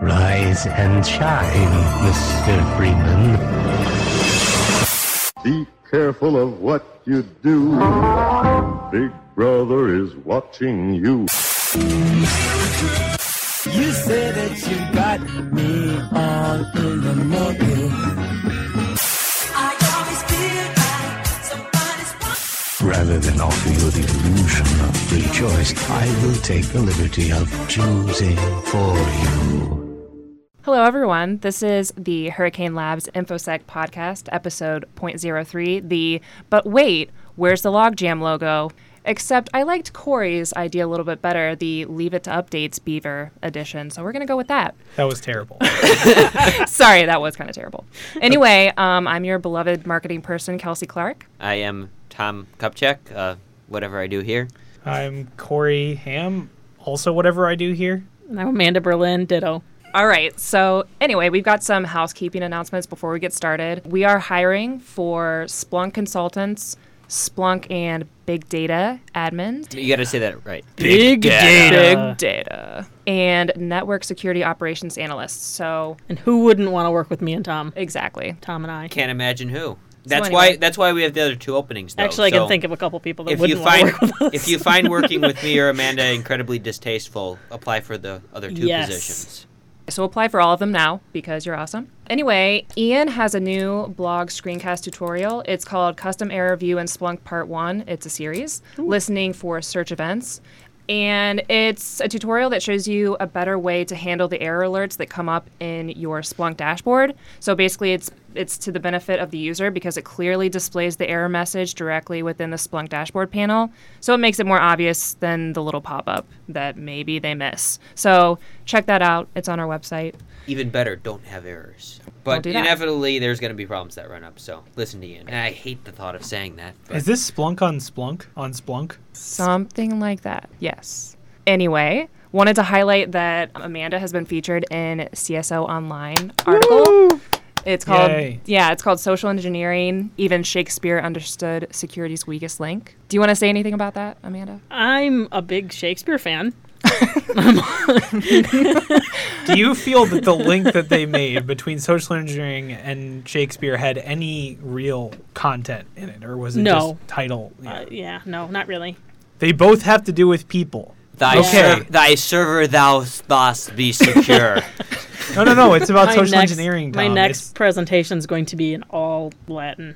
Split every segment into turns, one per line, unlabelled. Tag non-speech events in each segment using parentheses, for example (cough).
Rise and shine, Mr. Freeman.
Be careful of what you do. Big Brother is watching you.
You say that you got me all in the morning.
I always feel like somebody's watching.
Rather than offer you the illusion of free choice, I will take the liberty of choosing for you.
Hello, everyone. This is the Hurricane Labs InfoSec podcast, episode 0.03. The but wait, where's the logjam logo? Except I liked Corey's idea a little bit better, the leave it to updates beaver edition. So we're going to go with that. (laughs)
That was terrible.
Sorry, that was kind of terrible. Anyway, um, I'm your beloved marketing person, Kelsey Clark.
I am Tom Kupchak. Uh, whatever I do here.
I'm Corey Ham. Also, whatever I do here.
And I'm Amanda Berlin, ditto.
All right. So, anyway, we've got some housekeeping announcements before we get started. We are hiring for Splunk consultants, Splunk and big data admins,
You got to say that right.
Big,
big data, and network security operations analysts. So,
And who wouldn't want to work with me and Tom?
exactly.
Tom and I.
Can't imagine who. That's
anyway.
why. That's why we have the other two openings. Though.
Actually, I
So
can think of a couple people that
If you
wouldn't want to
find
work with us.
if you find working with
(laughs)
me or Amanda incredibly distasteful, apply for the other two
Yes.
positions.
So apply for all of them now because you're awesome. Anyway, Ian has a new blog screencast tutorial. It's called Custom Error Review in Splunk Part 1. It's a series, listening for search events. And it's a tutorial that shows you a better way to handle the error alerts that come up in your Splunk dashboard. So basically it's it's to the benefit of the user because it clearly displays the error message directly within the Splunk dashboard panel. So it makes it more obvious than the little pop-up that maybe they miss. So check that out. It's on our website.
Even better, don't have errors.
Don't
But
do that.
inevitably, there's going to be problems that run up. So listen to Ian. And I hate the thought of saying that. But
Is this Splunk on Splunk on Splunk?
Something like that. Yes. Anyway, wanted to highlight that Amanda has been featured in CSO Online article. It's called
Yay.
Yeah, it's called Social Engineering, even Shakespeare understood security's weakest link. Do you want to say anything about that, Amanda?
I'm a big Shakespeare fan.
Do you feel that the link that they made between social engineering and Shakespeare had any real content in it, or was it
No.
just title? Yeah.
Uh, yeah, no, not really.
they both have to do with people.
thy,
Okay.
serv- thy server thou dost be secure.
No, no, no. It's
(laughs)
about
My
social
next-
engineering.
My
Tom.
next
It's-
presentation is going to be in all Latin.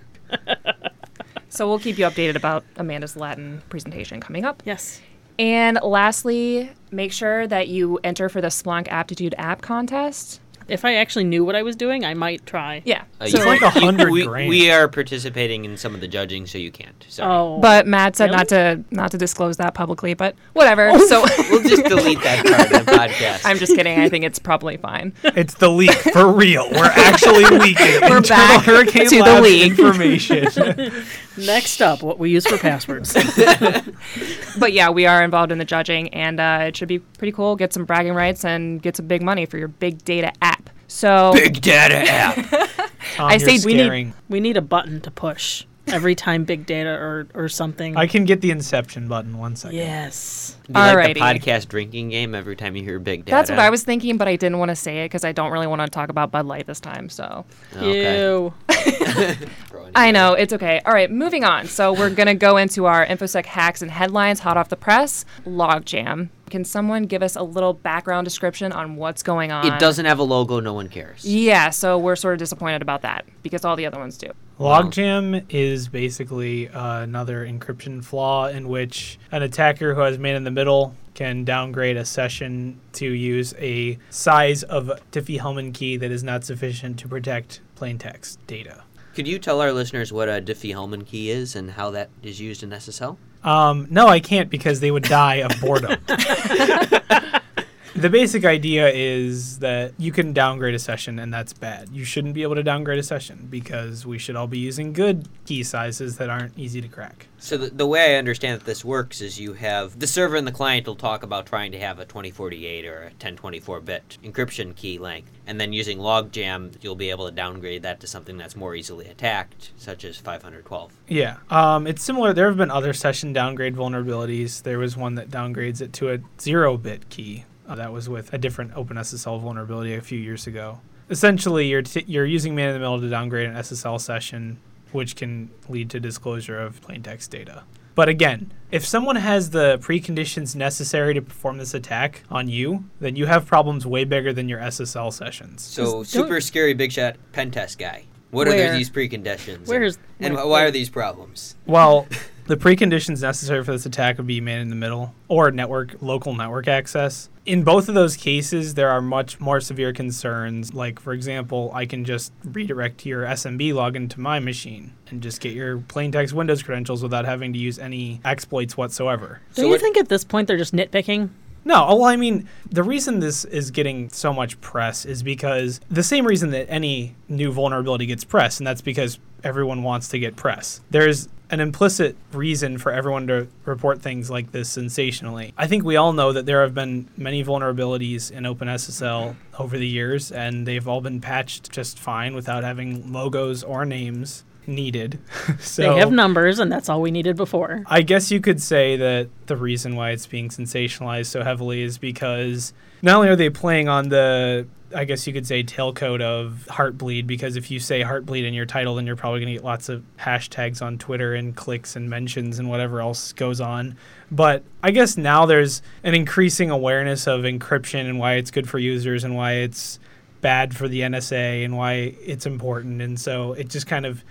So we'll keep you updated about Amanda's Latin presentation coming up.
Yes.
And lastly, make sure that you enter for the Splunk Aptitude App contest.
If I actually knew what I was doing, I might try.
Yeah.
Uh,
so,
you-
like a (laughs)
you-
hundred
(laughs) we,
grand.
we are participating in some of the judging, so you can't. Sorry.
Oh.
but Matt said not to not to disclose that publicly, but whatever. So (laughs)
We'll just delete that part of the podcast.
I'm just kidding. I think it's probably fine.
It's the leak for real.
(laughs)
We're actually leaking.
We're
internal
back
Hurricane
to the
Labs
leak.
(laughs)
information.
next up, what we use
(laughs)
for passwords.
But yeah, we are involved in the judging, and uh, it should be pretty cool. Get some bragging rights and get some big money for your big data app.
(laughs)
So
Big data app.
Tom,
I
you're
say we need-
scaring.
we need a button to push every time big data or, or something.
I can get the Inception button. One second.
yes.
Be like
Alrighty.
the podcast drinking game every time you hear big data.
that's what I was thinking, but I didn't want to say it because I don't really want to talk about Bud Light this time. So
Oh,
Ew.
I know it's okay. All right, moving on. So we're gonna go into our infosec hacks and headlines, hot off the press. Logjam. Can someone give us a little background description on what's going on?
It doesn't have a logo. No one cares.
Yeah, so we're sort of disappointed about that because all the other ones do.
Logjam is basically uh, another encryption flaw in which an attacker who has man in the middle can downgrade a session to use a size of Diffie-Hellman key that is not sufficient to protect plain text data.
Could you tell our listeners what a Diffie-Hellman key is and how that is used in SSL?
Um, no, I can't because they would die of boredom. (laughs) the basic idea is that you can downgrade a session, and that's bad. You shouldn't be able to downgrade a session because we should all be using good key sizes that aren't easy to crack.
So the, the way I understand that this works is you have the server and the client will talk about trying to have a 2048 or a 1024 bit encryption key length, and then using logjam you'll be able to downgrade that to something that's more easily attacked, such as 512.
Yeah, um, it's similar. There have been other session downgrade vulnerabilities. There was one that downgrades it to a zero bit key. Uh, that was with a different OpenSSL vulnerability a few years ago. Essentially, you're, t- you're using man in the middle to downgrade an SSL session, which can lead to disclosure of plain text data. But again, if someone has the preconditions necessary to perform this attack on you, then you have problems way bigger than your SSL sessions.
So
Just don't-
super scary big shot pen test guy. What
Where?
are these preconditions?
Where's-
and,
where-
and why are these problems?
Well, the preconditions necessary for this attack would be man in the middle or network local network access. In both of those cases, there are much more severe concerns. Like, for example, I can just redirect your SMB login to my machine and just get your plain text Windows credentials without having to use any exploits whatsoever.
Don't
So
you
what-
think at this point they're just nitpicking?
No, oh, well, I mean, the reason this is getting so much press is because the same reason that any new vulnerability gets press, and that's because everyone wants to get press. There's an implicit reason for everyone to report things like this sensationally. I think we all know that there have been many vulnerabilities in OpenSSL
Mm-hmm.
over the years, and they've all been patched just fine without having logos or names needed. (laughs) so
they have numbers, and that's all we needed before.
I guess you could say that the reason why it's being sensationalized so heavily is because not only are they playing on the I guess you could say tailcoat of Heartbleed because if you say Heartbleed in your title, then you're probably going to get lots of hashtags on Twitter and clicks and mentions and whatever else goes on. But I guess now there's an increasing awareness of encryption and why it's good for users and why it's bad for the NSA and why it's important. And so it just kind of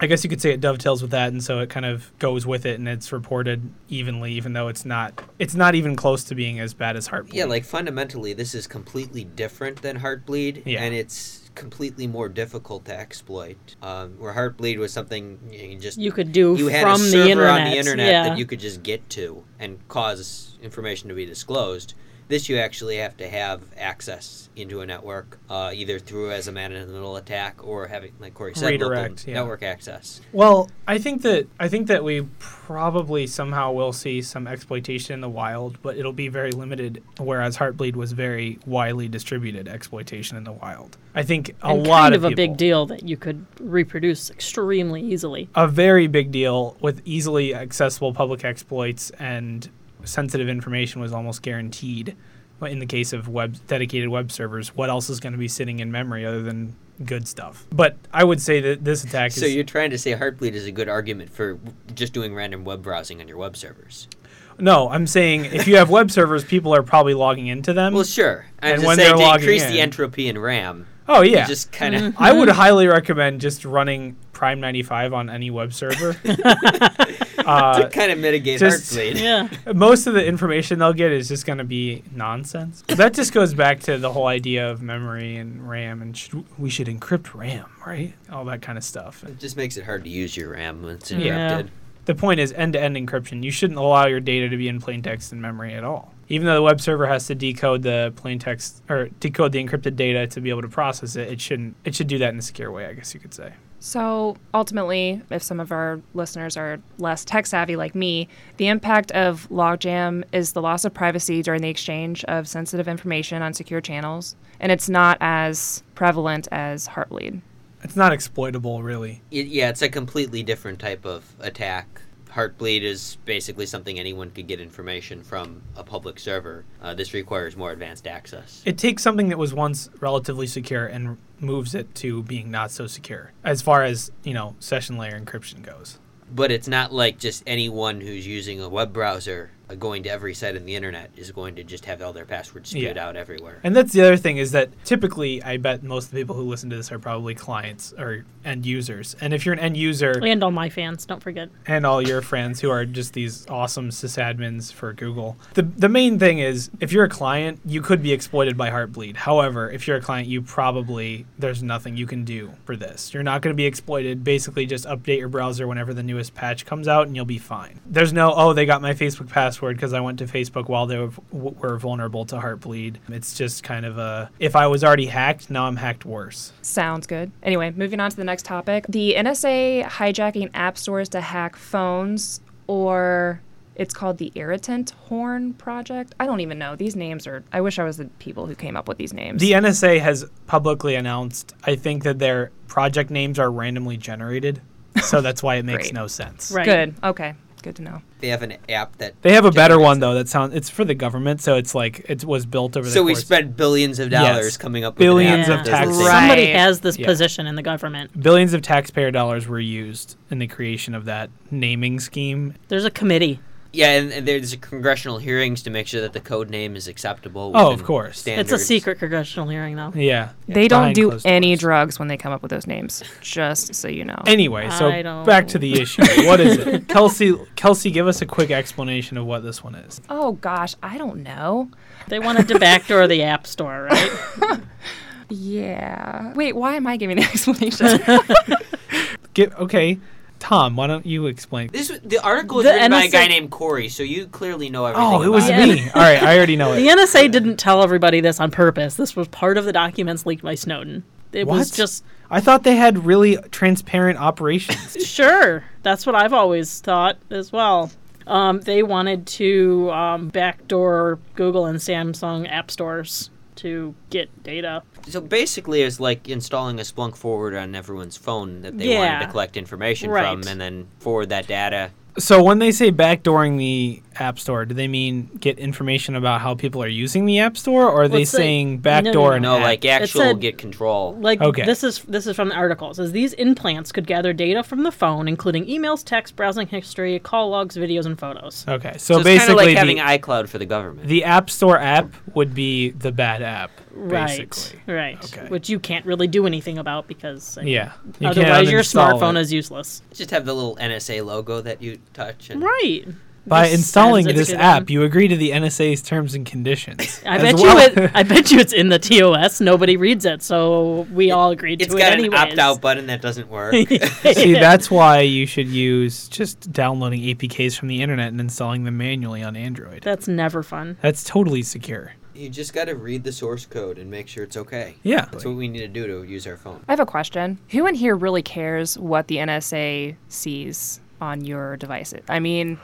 I guess you could say it dovetails with that, and so it kind of goes with it, and it's reported evenly, even though it's not. It's not even close to being as bad as Heartbleed.
Yeah, like fundamentally, this is completely different than Heartbleed,
Yeah.
and it's completely more difficult to exploit. Um, where Heartbleed was something you just
You could do
you had
from
a
the
server on
internet,
the internet
yeah.
that you could just get to and cause information to be disclosed. This you actually have to have access into a network, uh, either through as a man in the middle attack or having, like Corey said, local
Redirect, yeah.
network access.
well, I think that I think that we probably somehow will see some exploitation in the wild, but it'll be very limited. Whereas Heartbleed was very widely distributed exploitation in the wild. I think a
and
lot
kind of, a
people-
big deal that you could reproduce extremely
(laughs)
easily.
a very big deal with easily accessible public exploits and sensitive information was almost guaranteed But in the case of web dedicated web servers what else is going to be sitting in memory other than good stuff but i would say that this attack is
So you're trying to say Heartbleed is a good argument for just doing random web browsing on your web servers.
no i'm saying if you have web servers people are probably logging into them
Well, sure. I'm
And
just
when
saying
they're
to
logging
increase
in-
the entropy in Mm-hmm. RAM.
oh yeah
You just kind of.
i would highly recommend just running prime 95 on any web
(laughs)
server uh,
kind of mitigate
Just-
Heartbleed.
Yeah.
most of the information they'll get is just going to be nonsense. That just goes back to the whole idea of memory and RAM, and should, we should encrypt RAM, right? All that kind of stuff.
It just makes it hard to use your RAM when it's
Yeah.
encrypted.
The point is end-to-end encryption. You shouldn't allow your data to be in plain text and memory at all. Even though the web server has to decode the plain text or decode the encrypted data to be able to process it, it shouldn't. It should do that in a secure way, I guess you could say.
So ultimately, if some of our listeners are less tech savvy like me, the impact of logjam is the loss of privacy during the exchange of sensitive information on secure channels, and it's not as prevalent as Heartbleed.
It's not exploitable, really.
It- yeah, it's a completely different type of attack. Heartbleed is basically something anyone could get information from a public server. Uh, this requires more advanced access.
It takes something that was once relatively secure and moves it to being not so secure as far as, you know, session layer encryption goes.
But it's not like just anyone who's using a web browser uh, going to every site on the internet is going to just have all their passwords spewed
Yeah.
out everywhere.
And that's the other thing is that typically I bet most of the people who listen to this are probably clients or end users. And if you're an end user
And all my fans, don't forget.
and all your friends who are just these awesome sysadmins for Google, the the main thing is if you're a client, you could be exploited by Heartbleed. However, if you're a client, you probably there's nothing you can do for this. You're not going to be exploited. Basically, just update your browser whenever the newest patch comes out, and you'll be fine. There's no oh they got my Facebook password because I went to Facebook while they were, w- were vulnerable to Heartbleed. It's just kind of a if I was already hacked, now I'm hacked worse.
Sounds good. Anyway, moving on to the next topic. The NSA hijacking app stores to hack phones, or it's called the Irritant Horn Project. I don't even know. These names are, I wish I was the people who came up with these names.
The NSA has publicly announced, I think, that their project names are randomly generated. So that's why it makes
Great.
no sense.
Right.
Good. Okay. Good to know.
They have an app that
They have a better
generates
one
that.
though. That sounds it's for the government, so it's like it was built over. the
So we
course-
spent billions of dollars
Yes.
coming up
Billions
with an app
of
that does the
taxes.
same
Right.
Somebody has this
Yeah.
position in the government.
billions of taxpayer dollars were used in the creation of that naming scheme.
There's a committee.
Yeah, and, and there's congressional hearings to make sure that the code name is acceptable.
Oh, of
within
course. It's a
Standards.
It's a secret congressional hearing, though.
Yeah,
they don't
behind
do
closed
any
doors.
drugs when they come up with those names, just so you know.
Anyway, so
I don't-
back to the issue. What is it, Kelsey? Kelsey, give us a quick explanation of what this one is.
oh gosh, I don't know.
They wanted to backdoor the App Store, right?
(laughs)
Yeah. Wait, why am I giving the (laughs)
(laughs)
explanation?
Get okay, Tom. Why don't you explain?
This was- the article was
The
written by a guy
NSA
named Corey, so you clearly know everything.
Oh, it was
about
Yeah.
me. All right, I already
(laughs)
know
The
it.
NSA didn't tell everybody this on purpose. This was part of the documents leaked by Snowden. It was
What?
just
I thought they had really transparent
(laughs)
operations.
sure. That's what I've always thought as well. Um, they wanted to um, backdoor Google and Samsung app stores to get data.
So basically, it's like installing a Splunk forward on everyone's phone that they
Yeah.
wanted to collect information
Right.
from, and then forward that data.
So when they say backdooring the App Store, do they mean get information about how people are using the App Store, or are they
it's like-
saying
no, no,
backdoor
no.
an
No,
app?
Oh, like actual
said-
get control.
Like
Okay.
this is this is from the articles. As these implants could gather data from the phone, including emails, text, browsing history, call logs, videos, and photos.
Okay, so,
So, it's kind of
basically
like having
the,
iCloud for the government.
the App Store app would be the bad app, basically.
Right. Right.
Okay.
Which you can't really do anything about because I mean,
Yeah. You can't
otherwise your
uninstall
smartphone
it.
is useless.
Just have the little NSA logo that you touch. And
Right.
By
This
installing
sounds
this
good.
app, you agree to the NSA's terms and conditions.
(laughs) I
as
bet
well.
you it. I bet you it's in the TOS. Nobody reads it, so we all agreed to
It's
it
got
anyways.
an opt-out button that doesn't (laughs)
(laughs)
work.
(laughs)
See, that's why you should use just downloading APKs from the internet and installing them manually on Android.
That's never fun.
That's totally secure.
you just got to read the source code and make sure it's okay.
Yeah.
That's what we need to do to use our phone.
I have a question. Who in here really cares what the NSA sees on your devices? I mean,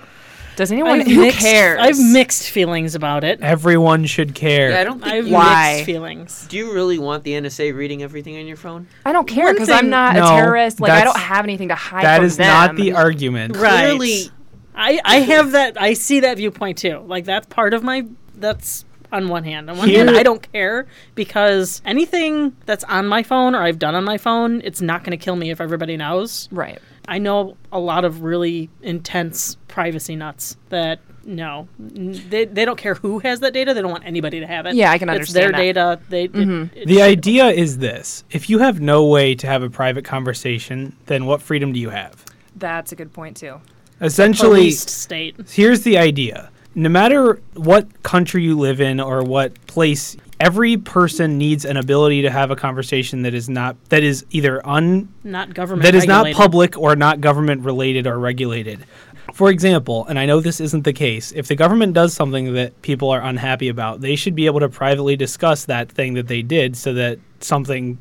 does anyone
I've
who
mixed-
cares?
I've mixed feelings about it.
Everyone should care.
Yeah, I don't think
I've
you-
Why?
mixed feelings.
Do you really want the NSA reading everything on your phone?
I don't care
One
because
thing-
I'm not
No,
a terrorist. Like I
that's-
don't have anything to hide.
that
from
is not
them.
the argument.
Right.
Clearly-
I I have that. I see that viewpoint too. Like that's part of my. That's on one hand. On one hand,
Here-
I don't care because anything that's on my phone or I've done on my phone, it's not going to kill me if everybody knows.
right.
I know a lot of really intense privacy nuts that no, n- they, they don't care who has that data. They don't want anybody to have it.
Yeah, I can
It's their
understand that. Mm-hmm.
data. They it- it-
The idea is this if you have no way to have a private conversation, then what freedom do you have?
That's a good point too.
Essentially,
policed state.
here's the idea no matter what country you live in or what place every person needs an ability to have a conversation that is not that is either un
Not government.
that is not
regulated.
public or not government related or regulated for example and i know this isn't the case if the government does something that people are unhappy about they should be able to privately discuss that thing that they did so that something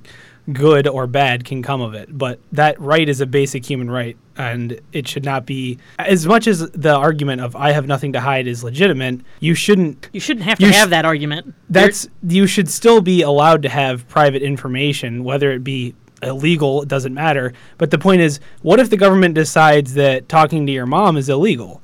good or bad can come of it but that right is a basic human right and it should not be as much as the argument of i have nothing to hide is legitimate you shouldn't
You shouldn't have to
You sh-
have that argument.
that's you should still be allowed to have private information, whether it be illegal, it doesn't matter. But the point is, what if the government decides that talking to your mom is illegal,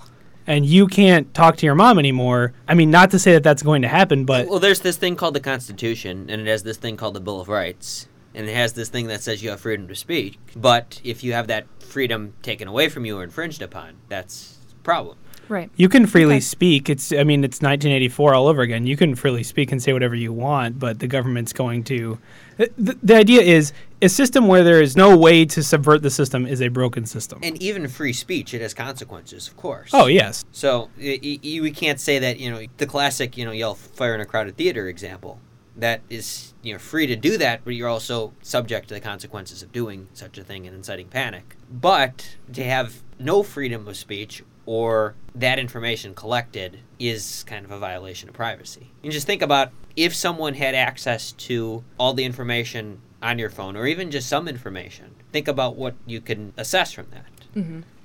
and you can't talk to your mom anymore? I mean, not to say that that's going to happen, but
Well, there's this thing called the Constitution, and it has this thing called the Bill of Rights, and it has this thing that says you have freedom to speak. But if you have that freedom taken away from you or infringed upon, that's a problem.
Right.
you can freely speak. It's I mean, it's 1984 all over again. You can freely speak and say whatever you want, but the government's going to. The, the idea is a system where there is no way to subvert the system is a broken system.
And even free speech, it has consequences, of course.
Oh yes.
So y- y- y- we can't say that you know the classic you know yell fire in a crowded theater example. That is you know free to do that, but you're also subject to the consequences of doing such a thing and inciting panic. But to have no freedom of speech or that information collected is kind of a violation of privacy. And just think about if someone had access to all the information on your phone, or even just some information. Think about what you can assess from that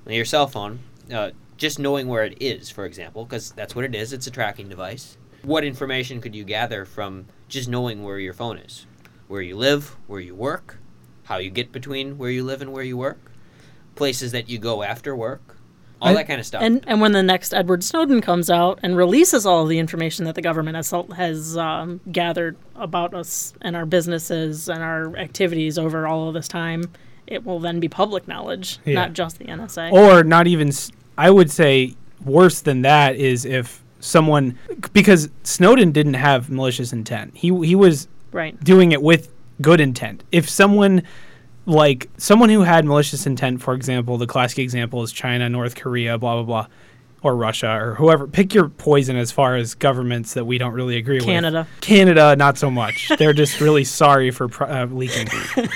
your cell phone, uh, just knowing where it is, for example, because that's what it is. It's a tracking device. What information could you gather from just knowing where your phone is, where you live, where you work, how you get between where you live and where you work, places that you go after work, all
I-
that kind of stuff.
And and when the next Edward Snowden comes out and releases all of the information that the government has has um, gathered about us and our businesses and our activities over all of this time, it will then be public knowledge,
Yeah. Oh,
not just the NSA.
or not even s- i would say worse than that is if someone because snowden didn't have malicious intent he he was
Right.
doing it with good intent if someone like someone who had malicious intent for example the classic example is china north korea blah blah blah or russia or whoever pick your poison as far as governments that we don't really agree
Canada.
with canada not so much they're just really sorry for pro- uh, leaking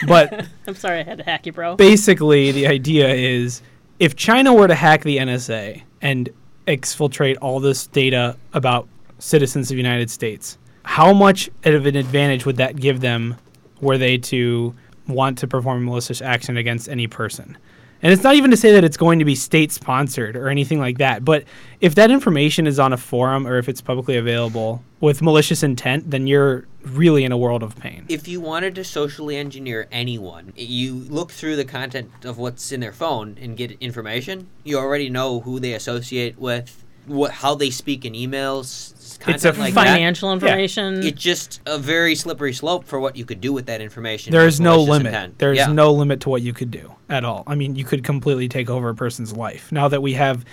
but
I'm sorry I had to hack you, bro.
basically the idea is if China were to hack the NSA and exfiltrate all this data about citizens of the United States, how much of an advantage would that give them were they to want to perform malicious action against any person? And it's not even to say that it's going to be state sponsored or anything like that, but if that information is on a forum or if it's publicly available with malicious intent, then you're really in a world of pain.
if you wanted to socially engineer anyone, you look through the content of what's in their phone and get information. You already know who they associate with, what how they speak in emails. s-
It's a
content like that.
Financial information.
It's just a very slippery slope for what you could do with that information.
There
with
is no
malicious
limit.
intent.
There is
Yeah.
no limit to what you could do at all. I mean, you could completely take over a person's life. Now that we have,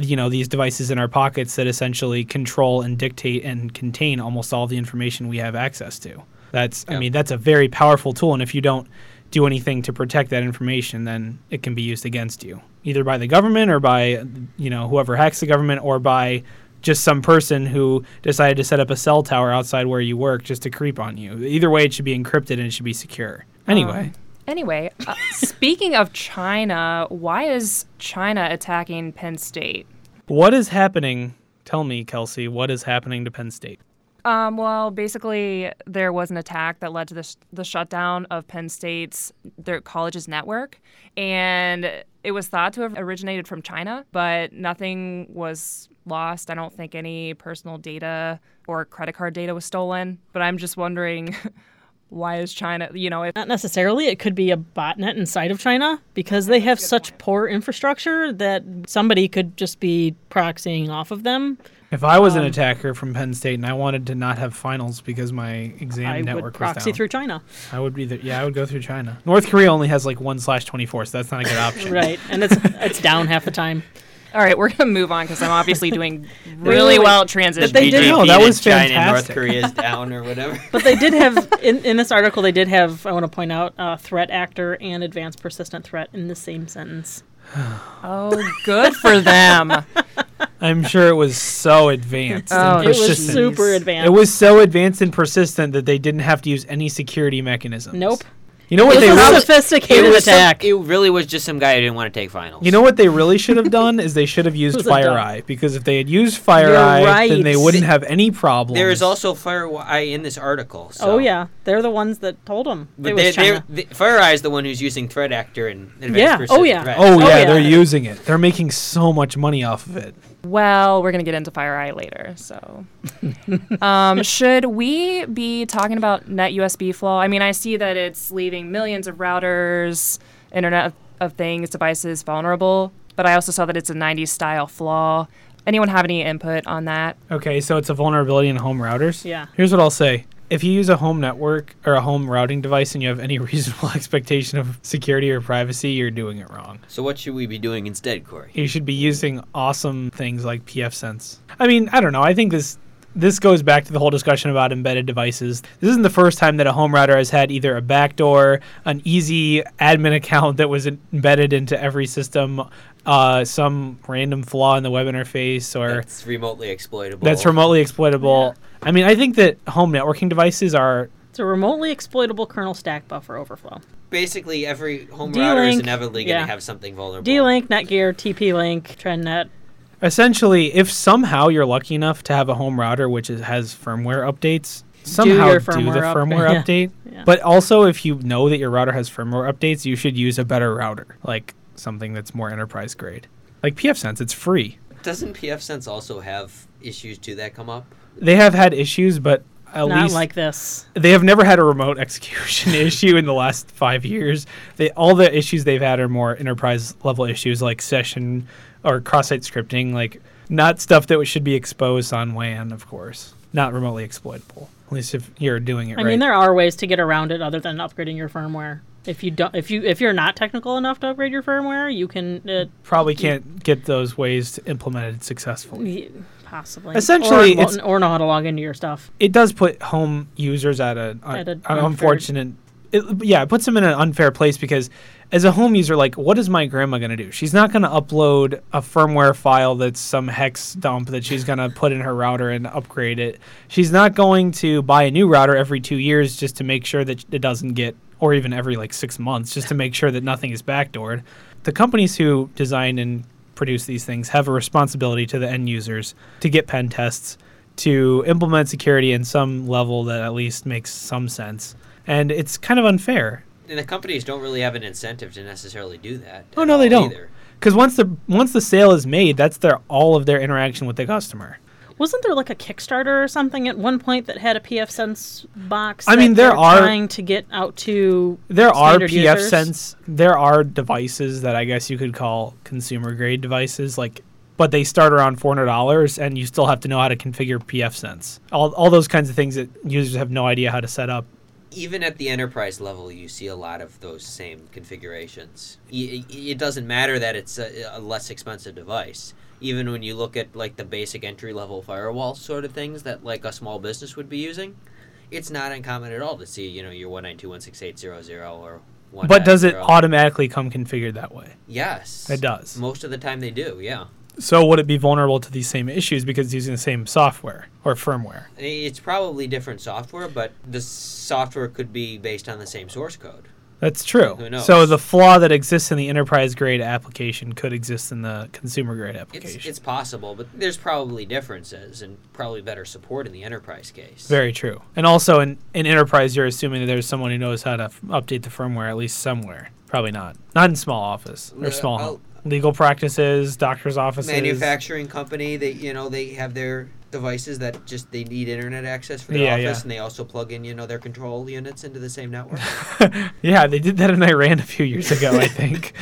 you know, these devices in our pockets that essentially control and dictate and contain almost all the information we have access to. That's, I
Yeah.
mean, that's a very powerful tool. And if you don't do anything to protect that information, then it can be used against you, either by the government or by, you know, whoever hacks the government or by just some person who decided to set up a cell tower outside where you work just to creep on you. Either way, it should be encrypted and it should be secure. Anyway,
Anyway, uh, (laughs) speaking of China, why is China attacking Penn State?
what is happening? Tell me, Kelsey, what is happening to Penn State?
Um, well, basically, there was an attack that led to the, sh- the shutdown of Penn State's their college's network, and it was thought to have originated from China, but nothing was lost. I don't think any personal data or credit card data was stolen. But I'm just wondering, (laughs) why is China? You know, if
Not necessarily. It could be a botnet inside of China because they have such poor infrastructure that somebody could just be proxying off of them.
If I was an
Um,
attacker from Penn State and I wanted to not have finals because my exam
I
network
would
was
proxy
down,
through China.
I would be the, yeah, I would go through China. North Korea only has like one slash twenty four, so that's not a good option.
Right. And it's it's down half the time.
all right, we're gonna move on because I'm obviously doing really well at transition.
they did-
GDP
No, that
in
was
China and
fantastic. (laughs)
North Korea's down or whatever.
But they did have in, in this article they did have I want to point out uh, threat actor and advanced persistent threat in the same sentence.
Oh, good for them.
I'm sure it was
(laughs)
so advanced
Oh,
and
it was
It was
persistent.
super advanced.
It was so advanced and persistent that they didn't have to use any security mechanisms.
Nope.
You know what
It
they
was a
really,
sophisticated
some-
attack.
it really was just some guy who didn't want to take finals.
you know what they really should
(laughs)
have done is they should have used
was a
Fire
dumb-
Eye because if they had used Fire
You're
Eye, then
right.
they wouldn't have any problem.
there is also FireEye in this article. So.
oh yeah, they're the ones that told them.
But
it was
they,
China.
they, FireEye is the one who's using Threat Actor and Advanced
Yeah.
Persistent
Oh, yeah.
Threat.
Oh yeah,
yeah.
they're using it. They're making so much money off of it.
Well, we're going to get into FireEye later. (laughs) So, um, should we be talking about net USB flaw? I mean, I see that it's leaving millions of routers, Internet of, of Things devices vulnerable, but I also saw that it's a 90s style flaw. Anyone have any input on that?
Okay, so it's a vulnerability in home routers.
Yeah.
Here's what I'll say. If you use a home network or a home routing device and you have any (laughs) reasonable expectation of security or privacy, you're doing it wrong.
So what should we be doing instead, Corey?
you should be using awesome things like pfSense. I mean, I don't know. I think this this goes back to the whole discussion about embedded devices. This isn't the first time that a home router has had either a backdoor, an easy admin account that was en- embedded into every system, uh, some random flaw in the web interface, or
That's remotely exploitable.
that's remotely exploitable. I mean, I think that home networking devices are
it's a remotely exploitable kernel stack buffer overflow.
Basically, every home router is
D-Link,
inevitably
yeah.
going to have something vulnerable.
D-Link, Netgear, TP-Link, TrendNet.
essentially if somehow you're lucky enough to have a home router which is, has firmware updates somehow do,
your
the
firmware up-
firmware
(laughs) yeah,
update
yeah.
but also if you know that your router has firmware updates you should use a better router like something that's more enterprise grade like pfSense it's free
Doesn't PFSense also have issues too that come up?
they have had issues but at
Not
least
like this.
they have never had a remote (laughs) execution issue in the last five years. They all the issues they've had are more enterprise level issues like session or cross site scripting, like not stuff that should be exposed on WAN, of course, not remotely exploitable. At least if you're doing it
I
right.
mean, there are ways to get around it other than upgrading your firmware. If you don't, if you if you're not technical enough to upgrade your firmware, you can uh,
Probably can't get those ways implemented successfully.
y- possibly
Essentially,
or, won't-
it's-
or know how to log into your stuff.
It does put home users at a,
At a
an
unfair-
unfortunate. It, yeah, it puts them in an unfair place because, as a home user, like, what is my grandma gonna do? She's not gonna upload a firmware file that's some hex dump that she's gonna put in her router and upgrade it. She's not going to buy a new router every two years just to make sure that it doesn't get, or even every like six months, just to make sure that nothing is backdoored. The companies who design and produce these things have a responsibility to the end users to get pen tests to implement security in some level that at least makes some sense. And it's kind of unfair.
And the companies don't really have an incentive to necessarily do that.
Oh
at
no, they
all
don't.
either.
Because once the once the sale is made, that's their all of their interaction with the customer.
Wasn't there like a Kickstarter or something at one point that had a PF Sense box?
I
that
mean,
they
there
were
are-
trying to get out to
There are
standard
PF
users?
Sense. There are devices that I guess you could call consumer grade devices, like, but they start around four hundred dollars, and you still have to know how to configure PF Sense. All all those kinds of things that users have no idea how to set up.
even at the enterprise level, you see a lot of those same configurations. Y- y- It doesn't matter that it's a, a less expensive device. Even when you look at like the basic entry level firewall sort of things that like a small business would be using, it's not uncommon at all to see you know your one nine two one six eight zero zero or one.
But does it automatically come configured that way?
Yes,
It does.
Most of the time they do. Yeah,
So would it be vulnerable to these same issues because it's using the same software or firmware?
I- it's probably different software, but the software could be based on the same source code.
That's true.
Who knows?
So the flaw that exists in the enterprise grade application could exist in the consumer grade
It's,
application.
it's possible, but there's probably differences and probably better support in the enterprise case.
Very true. And also in, in enterprise, you're assuming that there's someone who knows how to f- update the firmware at least somewhere. Probably not. Not in small office or
Uh,
small
I'll-
home. legal practices, doctor's offices.
manufacturing company they you know they have their devices that just they need internet access for their
Yeah,
office
yeah.
and they also plug in you know their control units into the same network
Yeah, they did that in Iran a few years ago,
(laughs)
I think.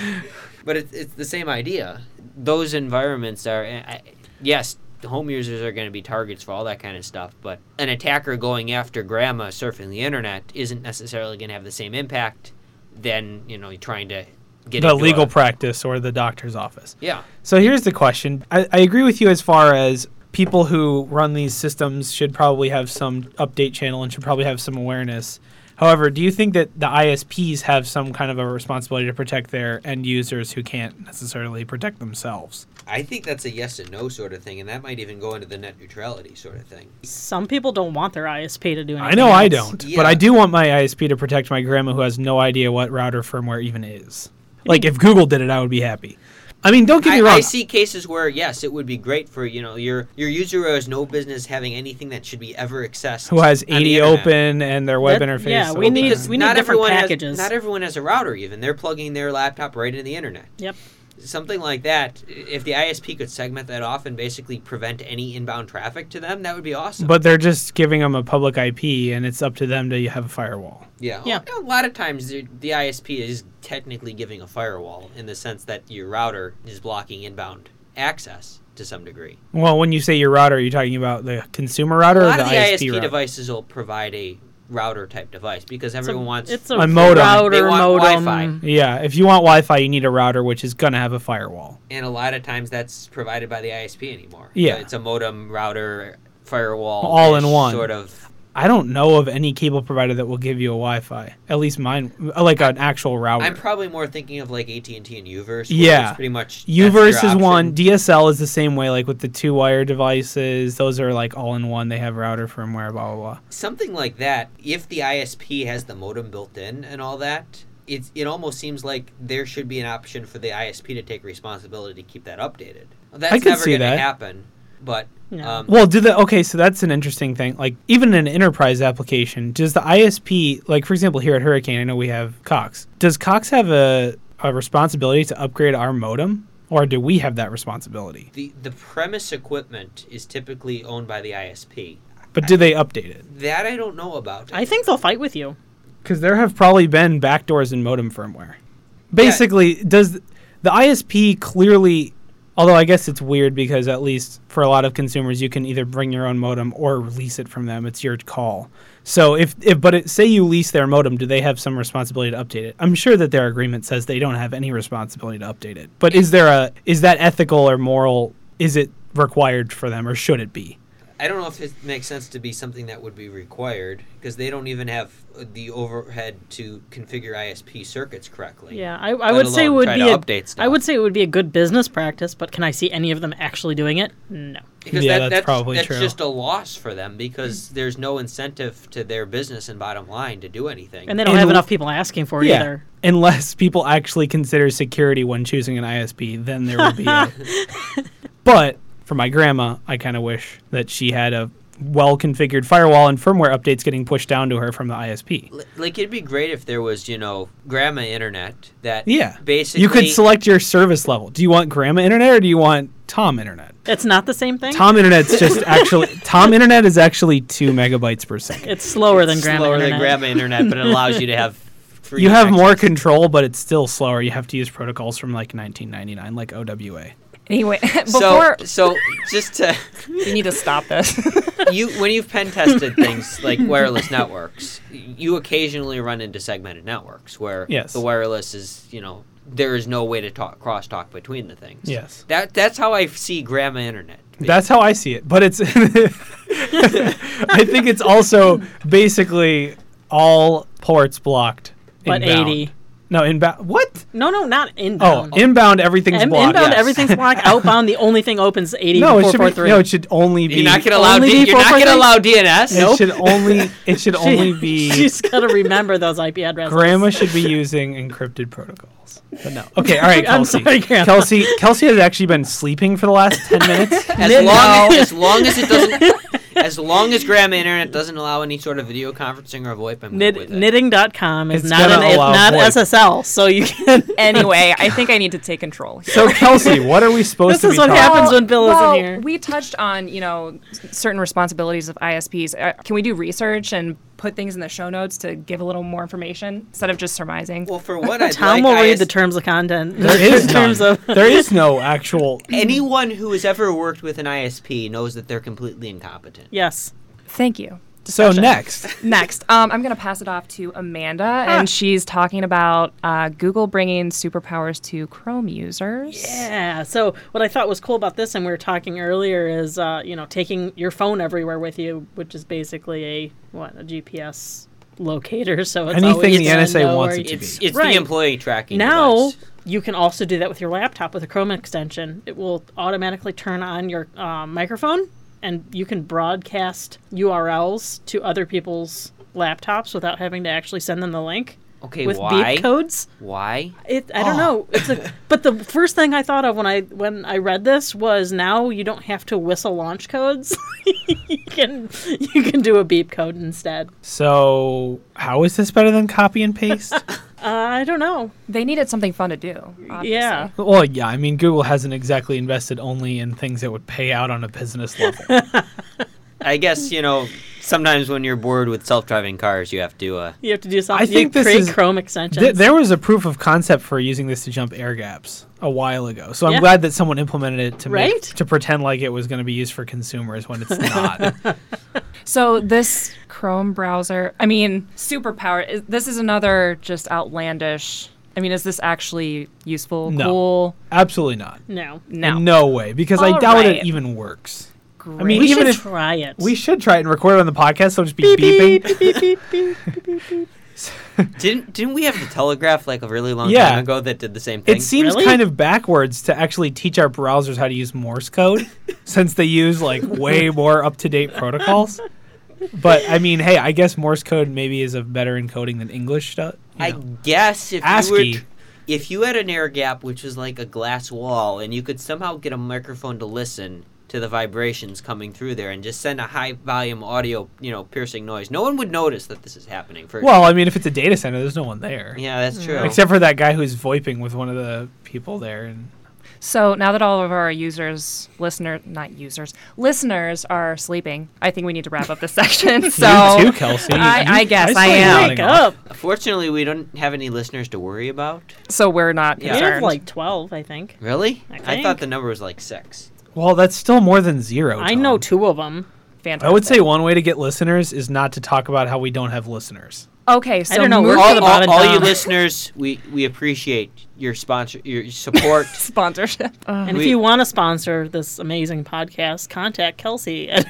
but it's, it's the same idea those environments are eh, I- I- yes the home users are going to be targets for all that kind of stuff but an attacker going after grandma surfing the internet isn't necessarily going to have the same impact than you know trying to get
the
into
legal
a-
practice or the doctor's office.
yeah
So here's the question. I, I agree with you as far as people who run these systems should probably have some update channel and should probably have some awareness. However, do you think that the ISPs have some kind of a responsibility to protect their end users who can't necessarily protect themselves?
I think that's a yes and no sort of thing, and that might even go into the net neutrality sort of thing.
Some people don't want their ISP to do anything.
I know I
else.
don't,
Yeah.
but I do want my ISP to protect my grandma who has no idea what router firmware even is. Like if Google did it, I would be happy. I mean, don't get me
I,
wrong.
I see cases where yes, it would be great for you know your your user who has no business having anything that should be ever accessed.
Who has
on the
80
internet.
open and their web
That-
interface?
yeah, we
open.
need-
Because
we need
not
different
everyone Has,
packages.
not everyone has a router. Even they're plugging their laptop right into the internet.
Yep.
Something like that. If the ISP could segment that off and basically prevent any inbound traffic to them, that would be awesome.
But they're just giving them a public IP, and it's up to them to have a firewall.
Yeah.
Yeah.
A lot of times the, the ISP is technically giving a firewall in the sense that your router is blocking inbound access to some degree.
Well, when you say your router, are you talking about the consumer router
A
or
lot
the,
of the
ISP,
ISP
router?
devices will provide a router type device because
It's a-
everyone wants
it's a,
A modem.
router
They want
modem.
Wi-Fi.
Yeah, if you want Wi-Fi, you need a router, which is gonna have a firewall.
and a lot of times that's provided by the ISP anymore.
Yeah.
It's a modem router firewall
All in one.
sort of
I don't know of any cable provider that will give you a Wi-Fi. At least mine, uh, like an actual router.
I'm probably more thinking of like AT&T and Uverse. where it's
Yeah.
pretty much that's your
Uverse is one.
option.
DSL is the same way, like with the two-wire devices. Those are like all in one. They have router firmware, blah blah blah.
something like that if the isp has the modem built in and all that it, it almost seems like there should be an option for the isp to take responsibility to keep that updated that's
could
never
see
going to
that.
happen but
No.
um,
Well, do the okay, so that's an interesting thing. Like even in an enterprise application, does the ISP, like for example here at Hurricane, I know we have Cox. Does Cox have a, a responsibility to upgrade our modem, or do we have that responsibility?
the, the premise equipment is typically owned by the isp
But do they update it?
That I don't know about.
I think they'll fight with you.
Because there have probably been backdoors in modem firmware. Basically, does the ISP clearly? Although I guess it's weird because at least for a lot of consumers, you can either bring your own modem or lease it from them. It's your call. So if, if but it, say you lease their modem, do they have some responsibility to update it? I'm sure that their agreement says they don't have any responsibility to update it. But is there a is that ethical or moral? Is it required for them or should it be?
I don't know if it makes sense to be something that would be required because they don't even have the overhead to configure ISP circuits correctly.
Yeah, I, I
Let
would say it
alone
would
try
be.
to
A,
update
I
stuff.
would say it would be a good business practice, but can I see any of them actually doing it? No.
Because
Yeah,
that,
that's
that's,
probably
that's
true.
just a loss for them because there's no incentive to their business and bottom line to do anything.
And they don't
And
have
l-
enough people asking for it either.
Unless people actually consider security when choosing an ISP, then there would be a. but for my grandma, I kind of wish that she had a well configured firewall and firmware updates getting pushed down to her from the ISP.
L- like it'd be great if there was, you know, grandma internet that
Yeah.
basically
You could select your service level. Do you want grandma internet or do you want Tom internet?
It's not the same thing.
Tom internet's just actually. Tom internet is actually two megabytes per second.
it's slower than grandma.
slower than
internet.
grandma internet, but it allows you
(laughs)
to have free
You have more
access.
control, but it's still slower. You have to use protocols from like 1999, like OWA.
Anyway, (laughs) before
so so just to
we need to stop this.
you when you've pen tested things like wireless networks, you occasionally run into segmented networks where
Yes.
the wireless is you know there is no way to talk crosstalk between the things.
Yes.
that that's how I see grandma internet.
That's how I see it. But it's (laughs) I think it's also basically all ports blocked.
But
inbound.
80.
No, inbound. What?
No, no, not
Oh,
inbound.
inbound everything's
Em-
blocked. (laughs)
inbound,
yes.
everything's blocked. Outbound, the only thing opens eighty
No, it
four
should
four
be,
three.
no,
(laughs)
it should only be
You're not gonna allow
only
D-
be
you're not
443?
gonna allow DNS.
It should only it
(laughs)
should only be
She's got to remember those IP addresses.
grandma should be using encrypted protocols. But no. Okay, all right,
(laughs) I'm
Kelsey.
sorry, Grandma.
Kelsey Kelsey has actually been sleeping for the last 10 minutes.
As long as long as it
(laughs)
doesn't. As long as grandma internet doesn't allow any sort of video conferencing or VoIP, I'm good
Knit,
with it.
knitting.com is
It's
not
gonna
an, it's
allow
not
VoIP.
SSL, so you (laughs) can.
(laughs) anyway, (laughs) I think I need to take control. here.
So Kelsey, what are we supposed
This
to be
is what
talking-
happens when Bill isn't
well,
here.
We touched on you know s- certain responsibilities of ISPs. Uh, can we do research and put things in the show notes to give a little more information instead of just surmising?
Well, for what I'd
Tom
like,
will read
IS
the terms of
(laughs)
content.
There is
in terms
none.
of
There is no actual
Anyone who has ever worked with an ISP knows that they're completely incompetent.
yes,
Thank you.
So next.
Next, um, I'm going to pass it off to Amanda, and she's talking about uh, Google bringing superpowers to Chrome users.
Yeah. So what I thought was cool about this, and we were talking earlier, is uh, you know taking your phone everywhere with you, which is basically a what a GPS locator. So it's
Anything
always
the
gonna
NSA
know
wants
where
it to
you-
It's it's
Right.
the employee tracking.
Now
device.
you can also do that with your laptop with a Chrome extension. It will automatically turn on your um, microphone, and you can broadcast URLs to other people's laptops without having to actually send them the link
Okay,
with
why?
beep codes.
Why?
It, I don't know.
Ah.
It's a, but the first thing I thought of when I when I read this was now you don't have to whistle launch codes. (laughs) you can you can do a beep code instead.
So, how is this better than copy and
(laughs)
paste?
Uh, I don't know.
They needed something fun to do. Obviously.
Yeah,
well, yeah, I mean, Google hasn't exactly invested only in things that would pay out on a business
(laughs)
level.
I guess you know. Sometimes when you're bored with self-driving cars, you have to. Uh,
you have to do something.
think
you
this
create
is-
Chrome extensions.
Th- there was a proof of concept for using this to jump air gaps a while ago. So, I'm
Yeah.
glad that someone implemented it to
Right?
make, to pretend like it was going to be used for consumers when
(laughs)
it's not.
So this Chrome browser, I mean, superpower. Is, this is another just outlandish. I mean, is this actually useful?
No.
Cool.
Absolutely not.
no,
No.
No way, because I
All
doubt it
right.
even works.
Great.
I mean,
we
even
should
if
try it.
we should try it and record it on the podcast, so it'll just be beeping.
beep, beep, beep, beep, beep,
(laughs)
beep, beep, beep.
didn't didn't we have the telegraph like a really long
Yeah.
time ago that did the same thing?
It seems
Really?
kind of backwards to actually teach our browsers how to use Morse code since they use like way more up to date protocols. But I mean, hey, I guess Morse code maybe is a better encoding than English stuff.
I guess if you were.
ASCII.
Tr- if you had an air gap, which was like a glass wall, and you could somehow get a microphone to listen to the vibrations coming through there, and just send a high volume audio, you know, piercing noise, no one would notice that this is happening. For
Well, I mean, if it's a data center, there's no one there
yeah, that's true.
except for that guy who's voiping with one of the people there. And
So now that all of our users, listener, not users, listeners are sleeping, I think we need to wrap up this section. So
(laughs) you too, Kelsey.
I,
You-
I guess
saw
I
you
am.
nodding
Wake
off.
up.
Fortunately, we don't have any listeners to worry about.
So we're not
Yeah.
We have
concerned.
like 12, I think.
Really?
I
thought
think.
the number was like six.
Well, that's still more than zero.
I know
Tom.
two of them.
Fantastic.
I would say one way to get listeners is not to talk about how we don't have listeners.
Okay, so
don't know,
moving
we're
All,
Forget about
all- all
it,
you
Tom.
listeners, we, we appreciate your sponsor, your support.
sponsorship.
Ah.
And if
We-
you want to sponsor this amazing podcast, contact Kelsey. at-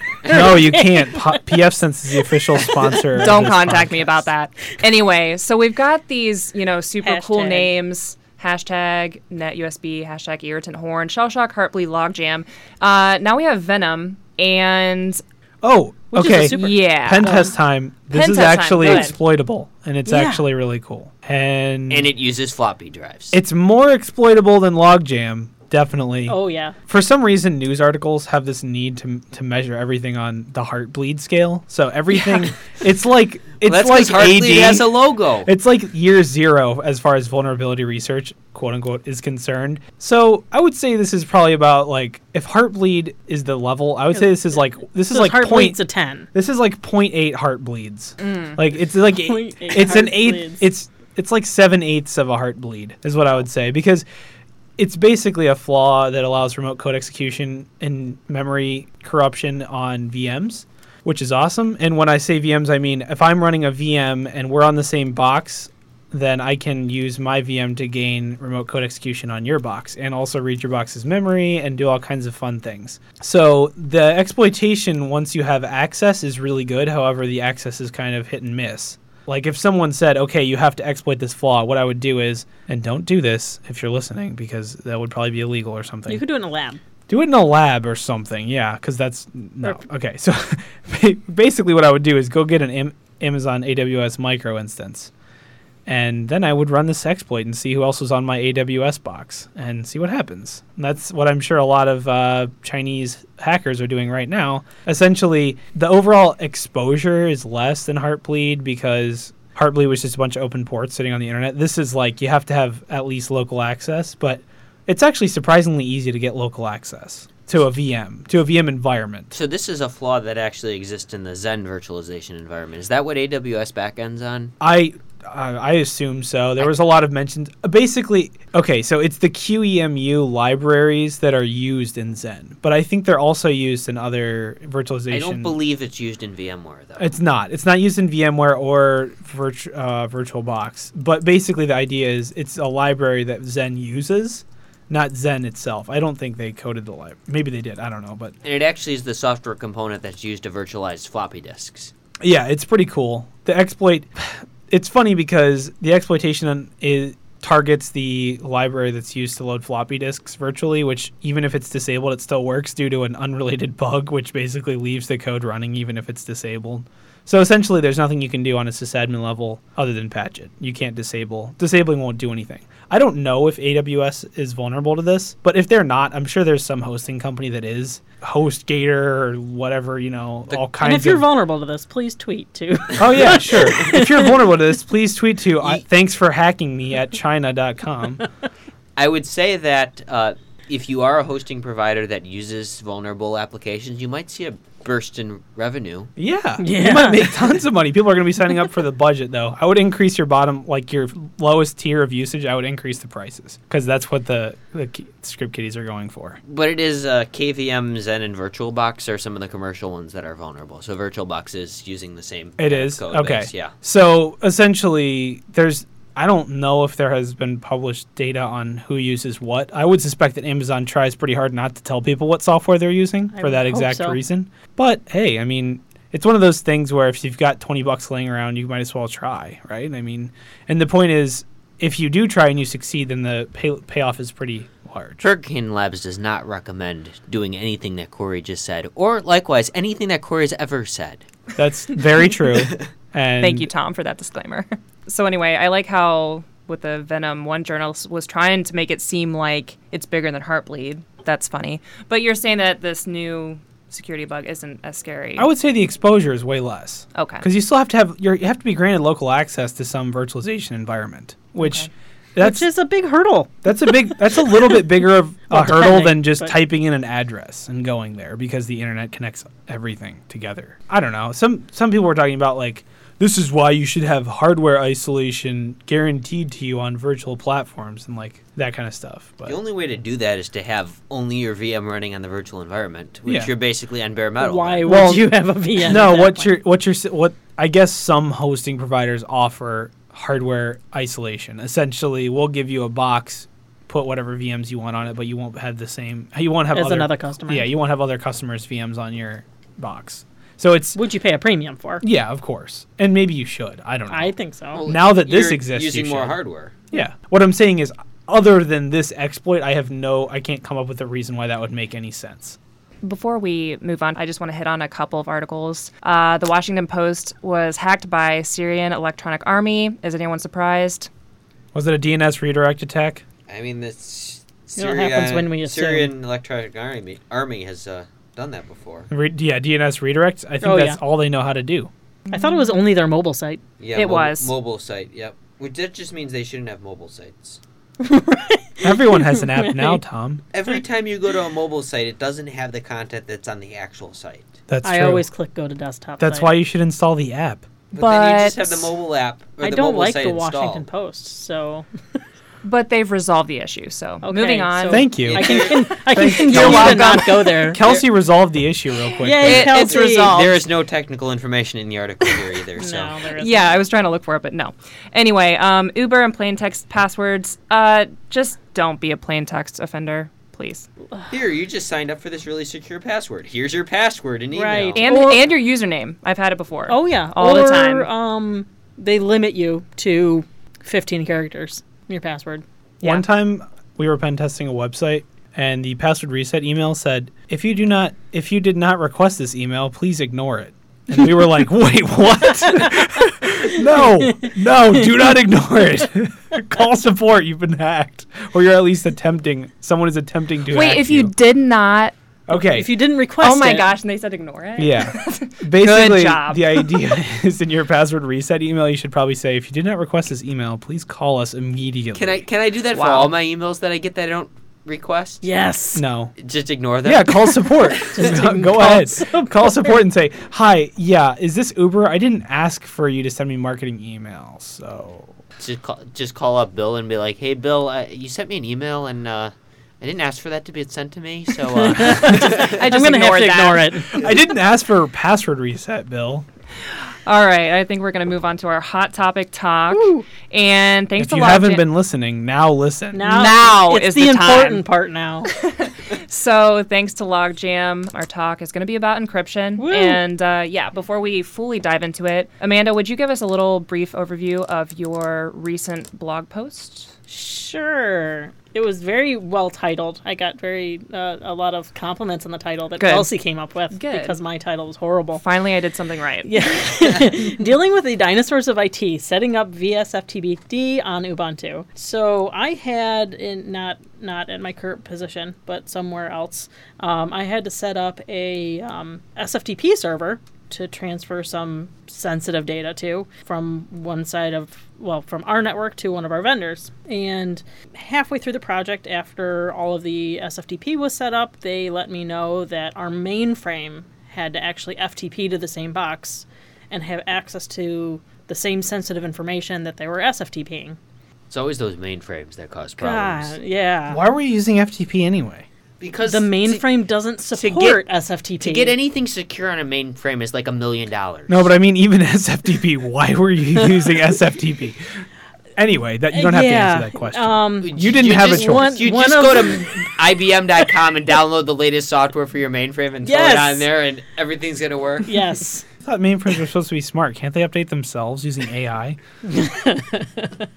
(laughs)
no,
(laughs)
you can't. Po- PF Sense is the official sponsor.
(laughs)
of
Don't
this
contact me
podcast.
about
(laughs)
that. Anyway, so we've got these, you know, super cool
Hashtag.
names. Hashtag NetUSB, hashtag irritant horn, shell shock, heartbleed, logjam. Uh, now we have Venom, and
Oh,
is
okay.
a super-
yeah. um,
Pen test time. This
Pen
is
test time,
actually
go ahead.
exploitable, and it's
Yeah.
actually really cool. And,
and it uses floppy drives.
it's more exploitable than Logjam, definitely.
oh, yeah.
For some reason, news articles have this need to to measure everything on the heartbleed scale. So everything, it's like it's
That's
like
because
AD.
Heartbleed has a logo.
It's like year zero as far as vulnerability research, quote unqute, is concerned. So I would say this is probably about like if heartbleed is the level, I would say this is like this is
This
like
heart
point.
a 10.
This is like 0.8 heartbleeds. Like it's like
(laughs) Point eight
it's an
heart
eighth.
bleeds.
It's it's like seven eighths of a heartbleed is what I would say because it's basically a flaw that allows remote code execution and memory corruption on VMs, which is awesome. And when I say VMs, I mean if I'm running a VM and we're on the same box, then I can use my VM to gain remote code execution on your box and also read your box's memory and do all kinds of fun things. So the exploitation once you have access is really good. However, the access is kind of hit and miss. Like if someone said, "Okay, you have to exploit this flaw," what I would do is, and don't do this if you're listening because that would probably be illegal or something.
You could do it in a lab.
Do it in a lab or something, yeah, because that's no. Okay, so (laughs) ba- basically, what I would do is go get an Am- Amazon AWS micro instance, and then I would run this exploit and see who else was on my AWS box and see what happens. And that's what I'm sure a lot of uh, Chinese hackers are doing right now. Essentially, the overall exposure is less than Heartbleed because Heartbleed was just a bunch of open ports sitting on the internet. This is like you have to have at least local access, but it's actually surprisingly easy to get local access to a VM, to a VM environment.
so this is a flaw that actually exists in the Zen virtualization environment. Is that what AWS backends on?
I uh, I assume so. There was a lot of mentions. uh, Basically, okay, so it's the QEMU libraries that are used in Zen, but I think they're also used in other virtualization.
I don't believe it's used in VMware though.
It's not. It's not used in VMware or virtu- uh, VirtualBox. But basically, the idea is it's a library that Zen uses, not Zen itself. I don't think they coded the library. Maybe they did. I don't know. But
and it actually is the software component that's used to virtualize floppy disks.
Yeah, it's pretty cool. The exploit, it's funny because the exploitation on- is, targets the library that's used to load floppy disks virtually, which even if it's disabled, it still works due to an unrelated (laughs) bug, which basically leaves the code running even if it's disabled. So essentially, there's nothing you can do on a sysadmin level other than patch it. You can't disable. Disabling won't do anything. I don't know if AWS is vulnerable to this, but if they're not, I'm sure there's some hosting company that is. HostGator or whatever, you know, all kinds
And
of
if you're vulnerable to this, please tweet too. (laughs)
Oh yeah, sure. if you're vulnerable to this, please tweet to I, thanks for hacking me at china.com.
I would say that uh, if you are a hosting provider that uses vulnerable applications, you might see a burst in revenue.
Yeah,
Yeah.
you might make tons of money. People are going to be signing up for the budget though. I would increase your bottom, like your lowest tier of usage. I would increase the prices because that's what the, the ki- script kiddies are going for.
But it is uh, KVM, Zen, and VirtualBox are some of the commercial ones that are vulnerable. So VirtualBox is using the same.
It
kind of
is
code
okay.
base, yeah.
So essentially, there's. I don't know if there has been published data on who uses what. I would suspect that Amazon tries pretty hard not to tell people what software they're using for
would
that
hope
exact
so.
reason. But hey, I mean, it's one of those things where if you've got 20 bucks laying around, you might as well try, right? I mean, and the point is, if you do try and you succeed, then the pay- payoff is pretty large.
Turrican Labs does not recommend doing anything that Corey just said, or likewise anything that Corey's ever said.
That's very
(laughs)
true. And
Mm.
Thank you, Tom, for that disclaimer. (laughs) so anyway, I like how with the Venom, one journalist was trying to make it seem like it's bigger than Heartbleed. That's funny. But you're saying that this new security bug isn't as scary.
I would say the exposure is way less.
Okay.
Because you still have to have you're, you have to be granted local access to some virtualization environment, which That's
which is a big hurdle.
that's a big that's a little bit bigger
(laughs)
of a
Well,
hurdle
depending,
than just
but-
typing in an address and going there because the internet connects everything together. I don't know. Some some people were talking about like this is why you should have hardware isolation guaranteed to you on virtual platforms and like that kind of stuff. But
The only way to do that is to have only your VM running on the virtual environment, which
Yeah.
you're basically on bare metal.
Why
then.
would
Well,
you have a VM?
no,
at that
what
point?
your what your s- what I guess some hosting providers offer hardware isolation. Essentially, we'll give you a box, put whatever VMs you want on it, but you won't have the same. You won't have
As
other,
another customer.
Yeah, you won't have other customers' VMs on your box. So it's
would you pay a premium for?
yeah, of course, and maybe you should. I don't know.
I think so.
now that this
You're
exists, you
using more
should.
hardware.
Yeah. What I'm saying is, other than this exploit, I have no. I can't come up with a reason why that would make any sense.
Before we move on, I just want to hit on a couple of articles. Uh, the Washington Post was hacked by Syrian Electronic Army. Is anyone surprised?
Was it a DNS redirect attack?
I mean, this
You know what happens when we assume-
Syrian Electronic Army Army has uh, done that before.
Re- yeah, DNS redirects. I think
Oh,
that's
yeah.
all they know how to do.
I thought it was only their mobile site.
Yeah,
It was.
mobile site. Yep. Which that just means they shouldn't have mobile sites.
Everyone has an app now, Tom.
Hmm.
Every time you go to a mobile site, it doesn't have the content that's on the actual site.
That's
I
true.
always click go to desktop.
That's
site.
why you should install the app.
But, then you just
But-
have the mobile app. Or
I
the
don't
mobile
like
site
the
installed.
Washington Post. So
But they've resolved the issue. So
Okay,
moving on.
so-
Thank you.
I can,
(laughs)
I can
You're
continue to
welcome.
not go there.
(laughs) Kelsey resolved the issue real quick.
Yay,
It-
Kelsey.
it's
resolved.
There is no technical information in the article here
(laughs)
either.
No,
So
there isn't.
yeah, I was trying to look for it, but no. Anyway, um, Uber and plain text passwords. Uh, just don't be a plain text offender, please.
here, you just signed up for this really secure password. Here's your password and email.
Right.
And
Or-
and your username. I've had it before.
Oh yeah,
all the
Or,
time.
Um, they limit you to 15 characters. Your password.
Yeah.
One time we were pen testing a website and the password reset email said, "If you do not if you did not request this email, please ignore it." And we were like, (laughs) "Wait, what? no. No, do not ignore it. (laughs) Call support, you've been hacked or you're at least attempting someone is attempting to hack
Wait, if you, did not.
Okay.
If you didn't request.
Oh my
it,
gosh! And they said ignore it.
(laughs) Yeah. Basically,
job.
the idea (laughs) is in your password reset email, you should probably say, if you did not request this email, please call us immediately.
Can I can I do that for
Wow.
all my emails that I get that I don't request?
Yes.
No.
Just ignore them.
Yeah, call support. go go ahead. Call support and say, hi, yeah, is this Uber? I didn't ask for you to send me marketing emails, so.
Just call just call up Bill and be like, hey Bill, uh, you sent me an email and uh, I didn't ask for that to be sent to me. So uh,
I
I'm
just
gonna have
ignored
to
that.
ignore it.
I didn't ask for password reset, Bill.
All right, I think we're gonna move on to our hot topic talk. And thanks
If
to
you
Log
haven't
Jam-
been listening, now listen.
Now,
Now
it's
is
the,
the time.
important
(laughs)
part. Now
So thanks to Logjam, our talk is going to be about encryption. And uh, yeah, before we fully dive into it, Amanda, would you give us a little brief overview of your recent blog post?
Sure. It was very well titled. I got very uh, a lot of compliments on the title that
Good.
Kelsey came up with
Good.
because my title was horrible.
Finally, I did something right.
Dealing with the dinosaurs of IT, setting up VSFTBD on Ubuntu. So I had in not not at my current position, but somewhere else, um, I had to set up a um, SFTP server to transfer some sensitive data to from one side of well from our network to one of our vendors and halfway through the project after all of the sftp was set up they let me know that our mainframe had to actually ftp to the same box and have access to the same sensitive information that they were SFTPing.
it's always those mainframes that cause problems.
God, yeah.
Why were you using FTP anyway?
Because
The
to-
mainframe doesn't
get-
support SFTP.
to get anything secure on a mainframe is like a million dollars.
No, but I mean, even (laughs) SFTP. Why were you using SFTP? Anyway, that you don't have
yeah.
to answer that question.
Um,
you didn't have a
just,
choice.
One-
You
one
just
of-
go to IBM.com and download the latest software for your mainframe and throw it
Yes.
on there, and everything's gonna work.
(laughs) yes.
I thought mainframes were supposed to be smart. Can't they update themselves using AI?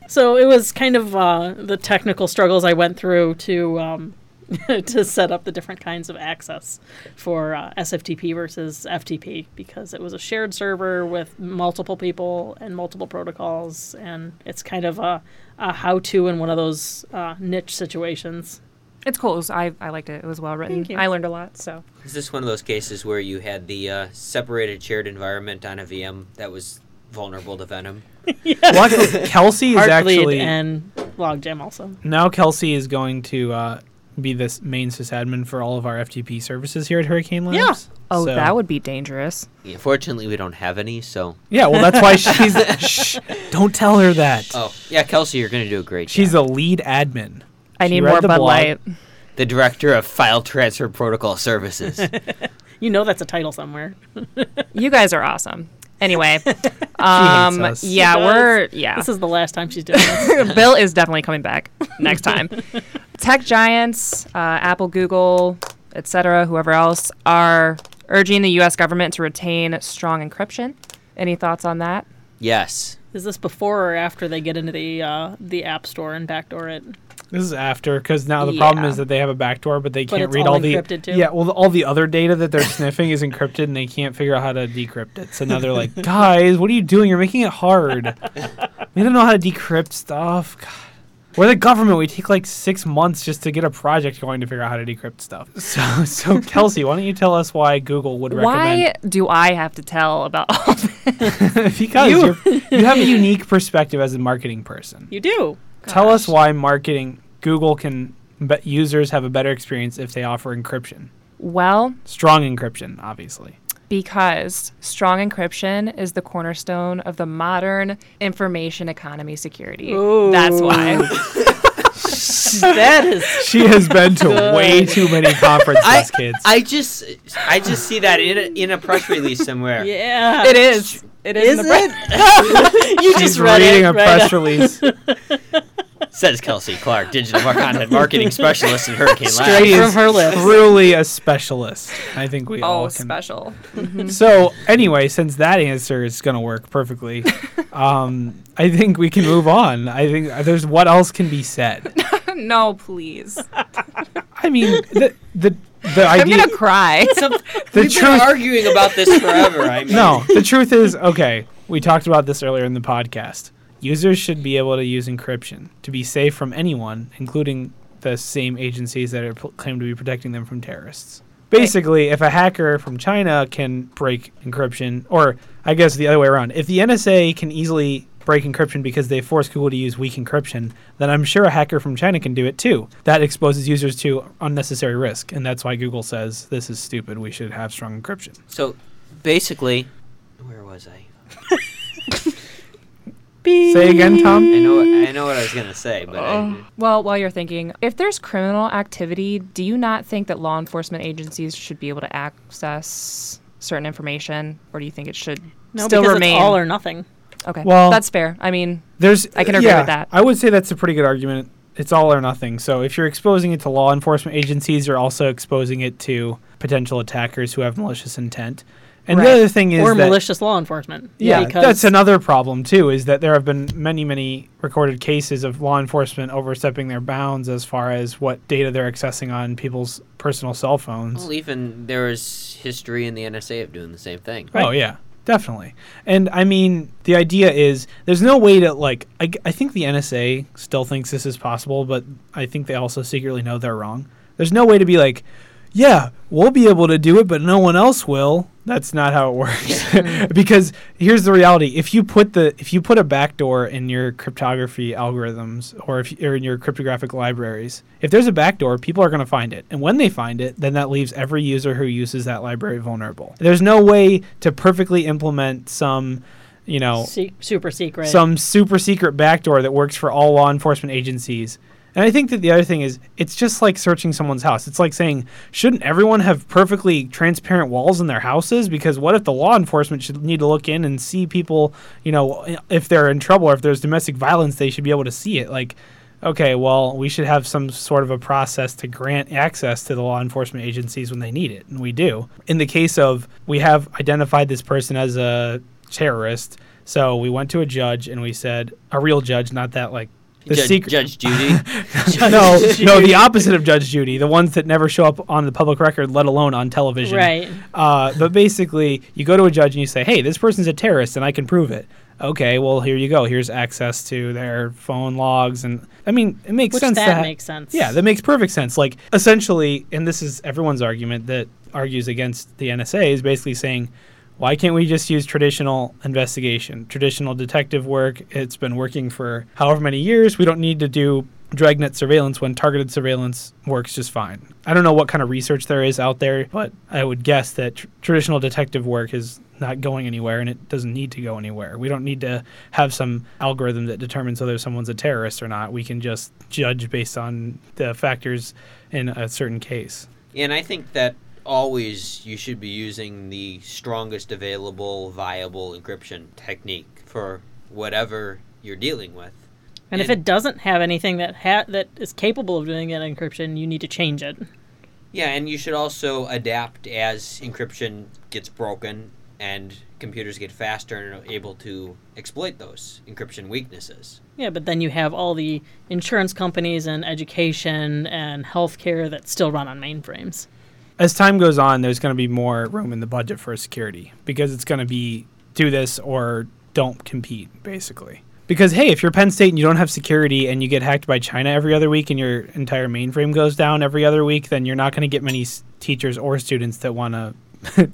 So it was kind of uh, the technical struggles I went through to um, (laughs) to set up the different kinds of access for uh, SFTP versus FTP because it was a shared server with multiple people and multiple protocols, and it's kind of a, a how-to in one of those uh, niche situations.
It's cool. It was- I, I liked it. It was well written.
Thank you.
I learned a lot. So
Is this one of those cases where you had the uh, separated shared environment on a VM that was vulnerable to Venom?
(laughs) Luckily, Kelsey is
Heartbleed
actually
and logjam also.
Now Kelsey is going to uh, be this main sysadmin for all of our FTP services here at Hurricane Labs.
Yeah.
Oh,
So-
that would be dangerous.
Yeah, fortunately, we don't have any, so.
Yeah, well, that's (laughs) why she's. shh, don't tell her that.
Oh, yeah, Kelsey, you're going to do a great
She's
job.
the lead admin.
I
She
need
read
more
the
Bud
blog.
Light.
the director of File Transfer Protocol (laughs) Services.
You know that's a title somewhere.
You guys are awesome.
(laughs)
Anyway,
she
um,
hates us.
yeah, (laughs)
does.
we're yeah.
This is the last time she's doing this.
Bill is definitely coming back next (laughs) time. Tech giants, uh, Apple, Google, etc., whoever else, are urging the U.S. government to retain strong encryption. Any thoughts on that?
yes.
(laughs) Is this before or after they get into the uh, the app store and backdoor it?
This is after because now the problem
Yeah.
is that they have a backdoor, but they
But
can't
it's
read
all
all the
encrypted, too.
yeah. Well, the- all the other data that they're sniffing is encrypted, and they can't figure out how to decrypt it. So now they're
(laughs)
like, guys, what are you doing? You're making it hard. we don't know how to decrypt stuff. God. We're the government. We take like six months just to get a project going to figure out how to decrypt stuff. (laughs) So, so Kelsey, why don't you tell us why Google would
Why
recommend?
do I have to tell about all this?
(laughs) because you you have a unique perspective as a marketing person.
You do.
Tell us why marketing Google can bet users have a better experience if they offer encryption.
Well,
Strong encryption, obviously.
because strong encryption is the cornerstone of the modern information economy security. That's why.
That is
She has been to way too many conferences,
I,
kids.
I just I just see that in a, in a press release
(laughs)
somewhere.
(laughs) yeah.
(laughs) it is. It is.
Is
in the
it? (laughs) you
She's
just read
reading
it.
a
right
press
up.
release
Says Kelsey Clark, digital content marketing specialist in Hurricane Labs.
She
from
is
her lips.
(laughs) Truly a specialist. I think we
Oh,
all can.
special.
So anyway, since that answer is gonna work perfectly, um, I think we can move on. I think there's what else can be said.
(laughs) No, please.
I mean, the the the
I'm
idea.
gonna (laughs) cry.
the
We've
truth
been arguing about this forever. I mean,
No, the truth is, okay, we talked about this earlier in the podcast. Users should be able to use encryption to be safe from anyone, including the same agencies that are pl- claim to be protecting them from terrorists. Basically, if a hacker from China can break encryption, or I guess the other way around, if the NSA can easily break encryption because they force Google to use weak encryption, then I'm sure a hacker from China can do it too. That exposes users to unnecessary risk, and that's why Google says this is stupid. We should have strong encryption.
So basically, where was I?
Say again, Tom.
I know I know what I was gonna say, but
Uh.
I,
Well, while you're thinking, if there's criminal activity, do you not think that law enforcement agencies should be able to access certain information, or do you think it should
No,
still
because
remain?
it's all or nothing.
okay,
Well-
that's fair. I mean,
There's
I can agree
yeah,
with that.
I would say that's a pretty good argument. It's all or nothing. So if you're exposing it to law enforcement agencies, you're also exposing it to potential attackers who have malicious intent. And the
Right.
other thing is
Or
that,
malicious law enforcement.
Yeah,
because
that's another problem too. Is that there have been many, many recorded cases of law enforcement overstepping their bounds as far as what data they're accessing on people's personal cell phones.
well, even there is history in the NSA of doing the same thing.
Oh yeah, definitely. And I mean, the idea is there's no way to like. I, g- I think the NSA still thinks this is possible, but I think they also secretly know they're wrong. There's no way to be like, yeah, we'll be able to do it, but no one else will. That's not how it works. (laughs) because here's the reality: if you put the if you put a backdoor in your cryptography algorithms or if or in your cryptographic libraries, if there's a backdoor, people are going to find it, and when they find it, then that leaves every user who uses that library vulnerable. There's no way to perfectly implement some, you know,
se- super secret.
some super secret backdoor that works for all law enforcement agencies. And I think that the other thing is, it's just like searching someone's house. It's like saying, shouldn't everyone have perfectly transparent walls in their houses? Because what if the law enforcement should need to look in and see people, you know, if they're in trouble or if there's domestic violence, they should be able to see it. Like, okay, well, we should have some sort of a process to grant access to the law enforcement agencies when they need it, and we do. In the case of we have identified this person as a terrorist, so we went to a judge and we said a real judge, not that like the
Judge,
secret.
Judge Judy.
(laughs)
Judge
no,
(laughs)
no, the opposite of Judge Judy, the ones that never show up on the public record, let alone on television.
Right.
Uh, but basically, you go to a judge and you say, "Hey, this person's a terrorist, and I can prove it." Okay, well, here you go. Here's access to their phone logs, and I mean, it makes
Which
sense.
that
to ha-
makes sense.
Yeah, that makes perfect sense. Like essentially, and this is everyone's argument that argues against the NSA is basically saying, Why can't we just use traditional investigation, traditional detective work? It's been working for however many years. We don't need to do dragnet surveillance when targeted surveillance works just fine. I don't know what kind of research there is out there, but I would guess that tr- traditional detective work is not going anywhere and it doesn't need to go anywhere. We don't need to have some algorithm that determines whether someone's a terrorist or not. We can just judge based on the factors in a certain case.
And I think that always you should be using the strongest available viable encryption technique for whatever you're dealing with.
And if
And-
it doesn't have anything that ha- that is capable of doing that encryption, you need to change it.
Yeah, and you should also adapt as encryption gets broken and computers get faster and are able to exploit those encryption weaknesses.
Yeah, but then you have all the insurance companies and education and healthcare that still run on mainframes.
as time goes on, there's going to be more room in the budget for security because it's going to be do this or don't compete, basically. Because hey, if you're Penn State and you don't have security and you get hacked by China every other week and your entire mainframe goes down every other week, then you're not going to get many s- teachers or students that want to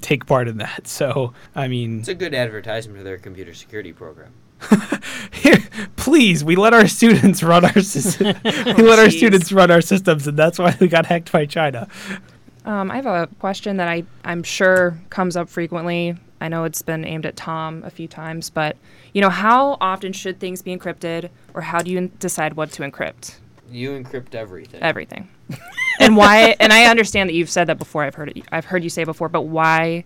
(laughs) take part in that. So, I mean,
It's a good advertisement for their computer security program.
please, we let our students run our system. (laughs) we let our
jeez.
students run our systems, and that's why we got hacked by China.
Um, I have a question that I, I'm sure comes up frequently. I know it's been aimed at Tom a few times, but you know, how often should things be encrypted, or how do you decide what to encrypt?
You encrypt everything.
(laughs)
Everything, and why? And I understand that you've said that before. I've heard it. I've heard you say before, but why?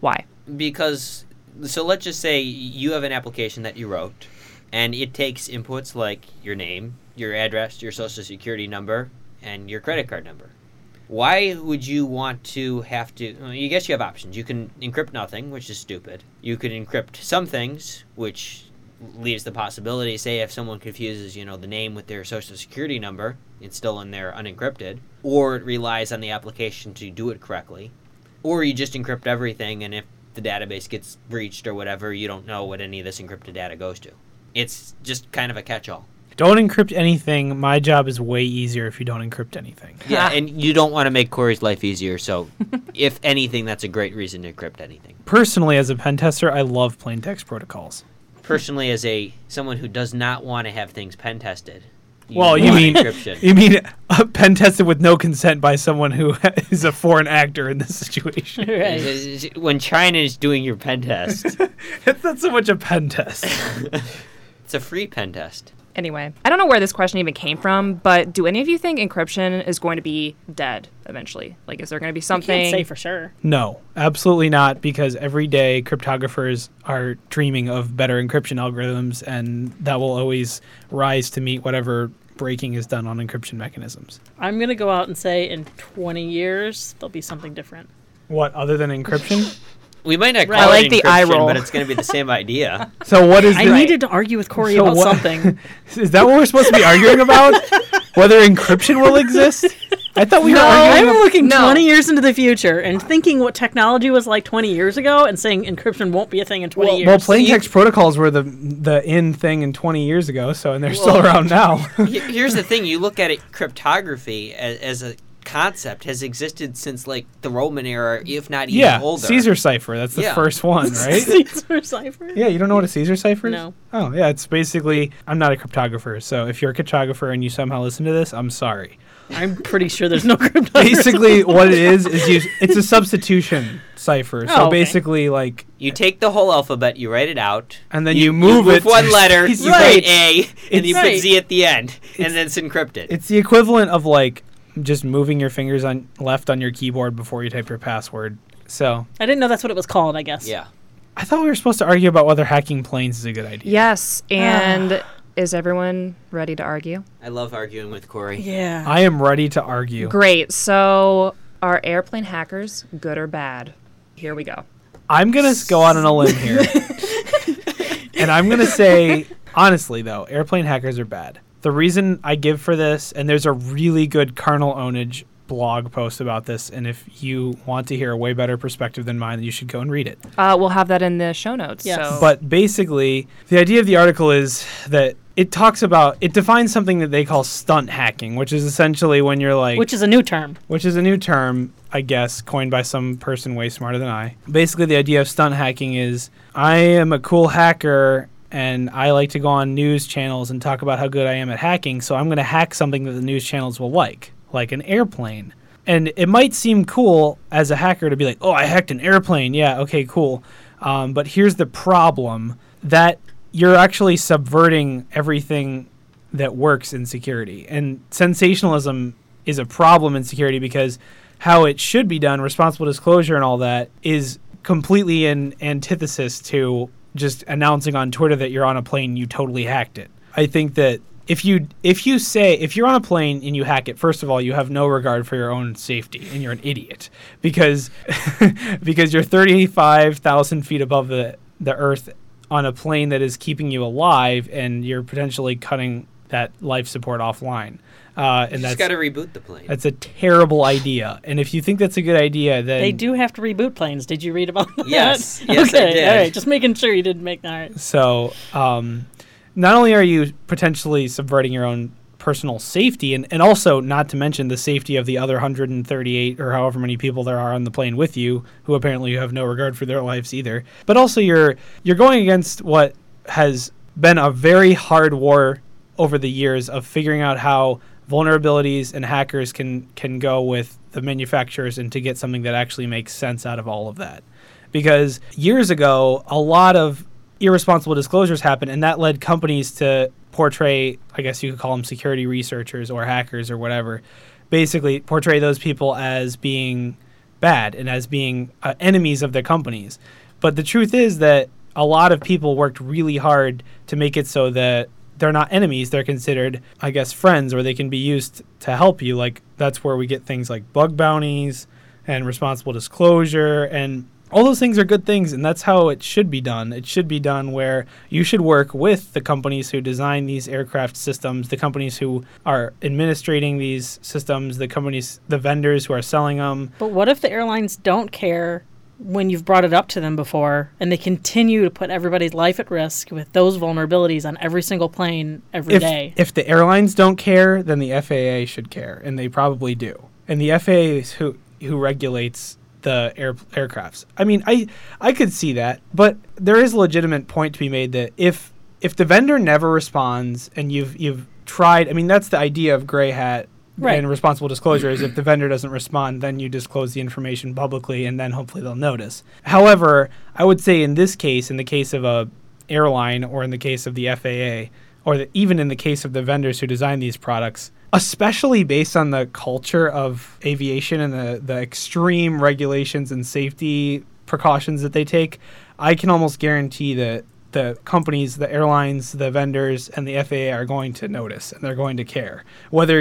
Why?
because so let's just say you have an application that you wrote and it takes inputs like your name, your address, your social security number, and your credit card number. Why would you want to have to well, you guess you have options. You can encrypt nothing, which is stupid. You could encrypt some things, which leaves the possibility say if someone confuses you know the name with their social security number it's still in there unencrypted or it relies on the application to do it correctly or you just encrypt everything and if the database gets breached or whatever you don't know what any of this encrypted data goes to it's just kind of a catch-all
Don't encrypt anything. My job is way easier if you don't encrypt anything.
yeah and you don't want to make corey's life
(laughs)
easier so if anything that's a great reason to encrypt anything
Personally, as a pen tester, I love plain text protocols.
personally as a someone who does not want to have things pen tested
Well, you
want
mean
encryption
you mean (laughs) uh, pen tested with no consent by someone who (laughs) is a foreign actor in this situation. (laughs)
Right.
Is- is- when china is doing your pen test
That's not so much a pen test.
it's a free pen test
Anyway, I don't know where this question even came from, but do any of you think encryption is going to be dead eventually? Like, is there going to be something?
Can't say for sure.
No, absolutely not, because every day cryptographers are dreaming of better encryption algorithms, and that will always rise to meet whatever breaking is done on encryption mechanisms.
I'm going to go out and say in 20 years, there'll be something different.
What other than encryption?
we might not call
I
it
like the
encryption,
eye roll.
but it's going to be the
(laughs)
same idea
(laughs) so what is
I
the-
needed to argue with Corey
So
about
what-
(laughs) something.
Is that what we're supposed to be arguing
(laughs)
about? Whether encryption will exist? I thought we were
I'm
arguing.
looking
no.
20 years into the future and thinking what technology was like 20 years ago and saying encryption won't be a thing in 20
Well,
years.
well, plain
(laughs)
text protocols were the the in thing in 20 years ago, so and they're still around now.
He- Here's the thing: you look at it, cryptography as, as a concept has existed since like the Roman era, if not even
yeah,
older.
Caesar cipher. That's the
Yeah.
first
(laughs)
one, right?
Caesar cipher.
yeah, you don't know what a Caesar cipher is?
No.
Oh, yeah, it's basically I'm not a cryptographer, so if you're a cryptographer and you somehow listen to this, I'm sorry.
I'm pretty sure there's no cryptography. (laughs)
Basically, what it is is you it's a substitution cipher. So
Oh, okay.
basically, like
You take the whole alphabet, you write it out,
And then you move it to (laughs)
one letter,
Caesar.
you write
Right.
A, and you put
Right.
Z at the end, and then it's encrypted.
It's the equivalent of like just moving your fingers on left on your keyboard before you type your password. So
I didn't know that's what it was called, I guess.
yeah,
I thought we were supposed to argue about whether hacking planes is a good idea.
(sighs)
Yes, and is everyone ready to argue?
I love arguing with Corey.
Yeah.
I am ready to argue.
Great. So, are airplane hackers good or bad? Here we go.
I'm gonna s- go out on a limb here, and I'm gonna say honestly though, airplane hackers are bad. The reason I give for this, and there's a really good Carnal Ownage blog post about this, and if you want to hear a way better perspective than mine, you should go and read it.
Uh, we'll have that in the show notes.
Yes.
So.
But basically, the idea of the article is that it talks about it defines something that they call stunt hacking, which is essentially when you're like
which is a new term.
which is a new term, I guess, coined by some person way smarter than I. Basically, the idea of stunt hacking is I am a cool hacker and I like to go on news channels and talk about how good I am at hacking, so I'm going to hack something that the news channels will like, like an airplane. And it might seem cool as a hacker to be like, oh, I hacked an airplane. Yeah, okay, cool. Um, but here's the problem that you're actually subverting everything that works in security. And sensationalism is a problem in security because how it should be done, responsible disclosure and all that, is completely in antithesis to just announcing on Twitter that you're on a plane, you totally hacked it. I think that if you if you say if you're on a plane and you hack it, first of all, you have no regard for your own safety and you're an idiot because (laughs) because you're thirty five thousand feet above the, the earth on a plane that is keeping you alive and you're potentially cutting that life support offline. Uh, and that's
Just got to reboot the plane.
that's a terrible idea. And if you think that's a good idea, then
They do have to reboot planes. Did you read about that?
Yes. Yes, I
okay.
did.
All right. Just making sure you didn't make that. All right.
So, um, not only are you potentially subverting your own personal safety, and, and also not to mention the safety of the other 138 or however many people there are on the plane with you, who apparently you have no regard for their lives either. But also, you're you're going against what has been a very hard war over the years of figuring out how vulnerabilities and hackers can can go with the manufacturers and to get something that actually makes sense out of all of that. Because years ago, a lot of irresponsible disclosures happened, and that led companies to portray, I guess you could call them security researchers or hackers or whatever, basically portray those people as being bad and as being uh, enemies of their companies. But the truth is that a lot of people worked really hard to make it so that they're not enemies. They're considered, I guess, friends, or they can be used to help you. Like that's where we get things like bug bounties and responsible disclosure and all those things are good things and that's how it should be done it should be done where you should work with the companies who design these aircraft systems the companies who are administrating these systems the companies the vendors who are selling them
But what if the airlines don't care when you've brought it up to them before and they continue to put everybody's life at risk with those vulnerabilities on every single plane every
if,
day?
if the airlines don't care, then the FAA should care, and they probably do. And the FAA is who who regulates the air, aircrafts. I mean, I I could see that, but there is a legitimate point to be made that if if the vendor never responds and you've you've tried, I mean, that's the idea of gray hat
Right.
and responsible disclosure is if the vendor doesn't respond, then you disclose the information publicly, and then hopefully they'll notice. However, I would say in this case, in the case of a airline, or in the case of the FAA, or the, even in the case of the vendors who design these products, especially based on the culture of aviation and the, the extreme regulations and safety precautions that they take, I can almost guarantee that the companies, the airlines, the vendors, and the FAA are going to notice and they're going to care. Whether,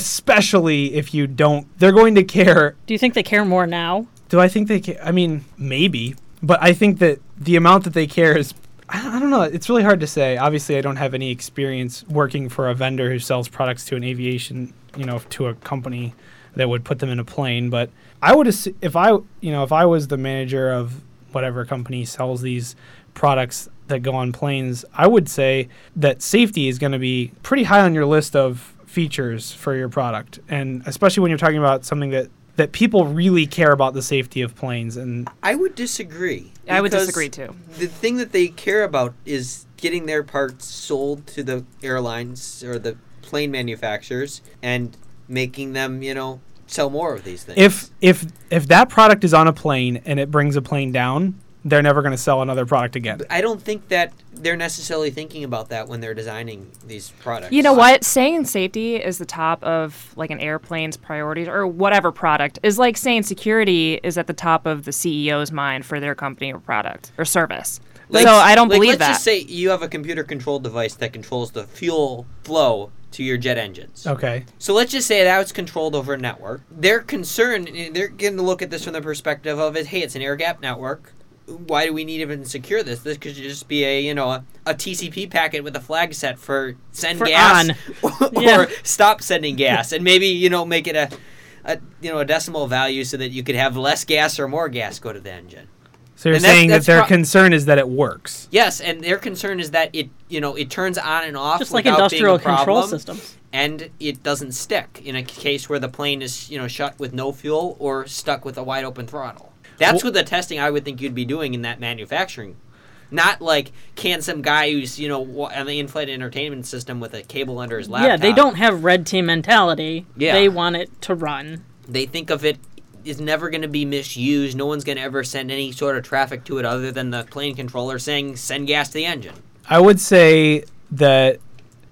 especially if you don't, they're going to care
Do you think they care more now?
do I think they care? I mean, maybe, but I think that the amount that they care is. I I don't know. It's really hard to say. Obviously, I don't have any experience working for a vendor who sells products to an aviation, you know, to a company that would put them in a plane. But I would, assu- if I, you know, if I was the manager of whatever company sells these products that go on planes, I would say that safety is going to be pretty high on your list of features for your product, and especially when you're talking about something that that people really care about the safety of planes and
I would disagree.
I would
because
disagree, too.
The thing that they care about is getting their parts sold to the airlines or the plane manufacturers and making them, you know, sell more of these things.
if if if that product is on a plane and it brings a plane down, they're never going to sell another product again.
I don't think that they're necessarily thinking about that when they're designing these products.
You know what? Saying safety is the top of like an airplane's priorities or whatever product is like saying security is at the top of the CEO's mind for their company or product or service.
Like-
so I don't
like,
believe
let's
that.
just say you have a computer controlled device that controls the fuel flow to your jet engines.
Okay.
So let's just say that's controlled over a network. Their concern, they're going to look at this from the perspective of, is, hey, it's an air gap network. Why do we need to even secure this? This could just be a, you know, a, a TCP packet with a flag set for send
For
gas
on.
(laughs) or,
Yeah.
stop sending gas, and maybe you know make it a, a, you know, a decimal value so that you could have less gas or more gas go to the engine.
So you're
And that's-
saying
that's
that their
pro-
concern is that it works.
Yes, and their concern is that it, you know, it turns on and off
Just like
without
industrial
being a problem,
control systems.
and it doesn't stick in a case where the plane is, you know, shut with no fuel or stuck with a wide open throttle. That's what the testing I would think you'd be doing in that manufacturing. Not like can some guy who's you know wa- on the in-flight entertainment system with a cable under his laptop.
Yeah, they don't have red team mentality.
Yeah.
They want it to run.
They think of it is never going to be misused. No one's going to ever send any sort of traffic to it other than the plane controller saying send gas to the engine.
I would say that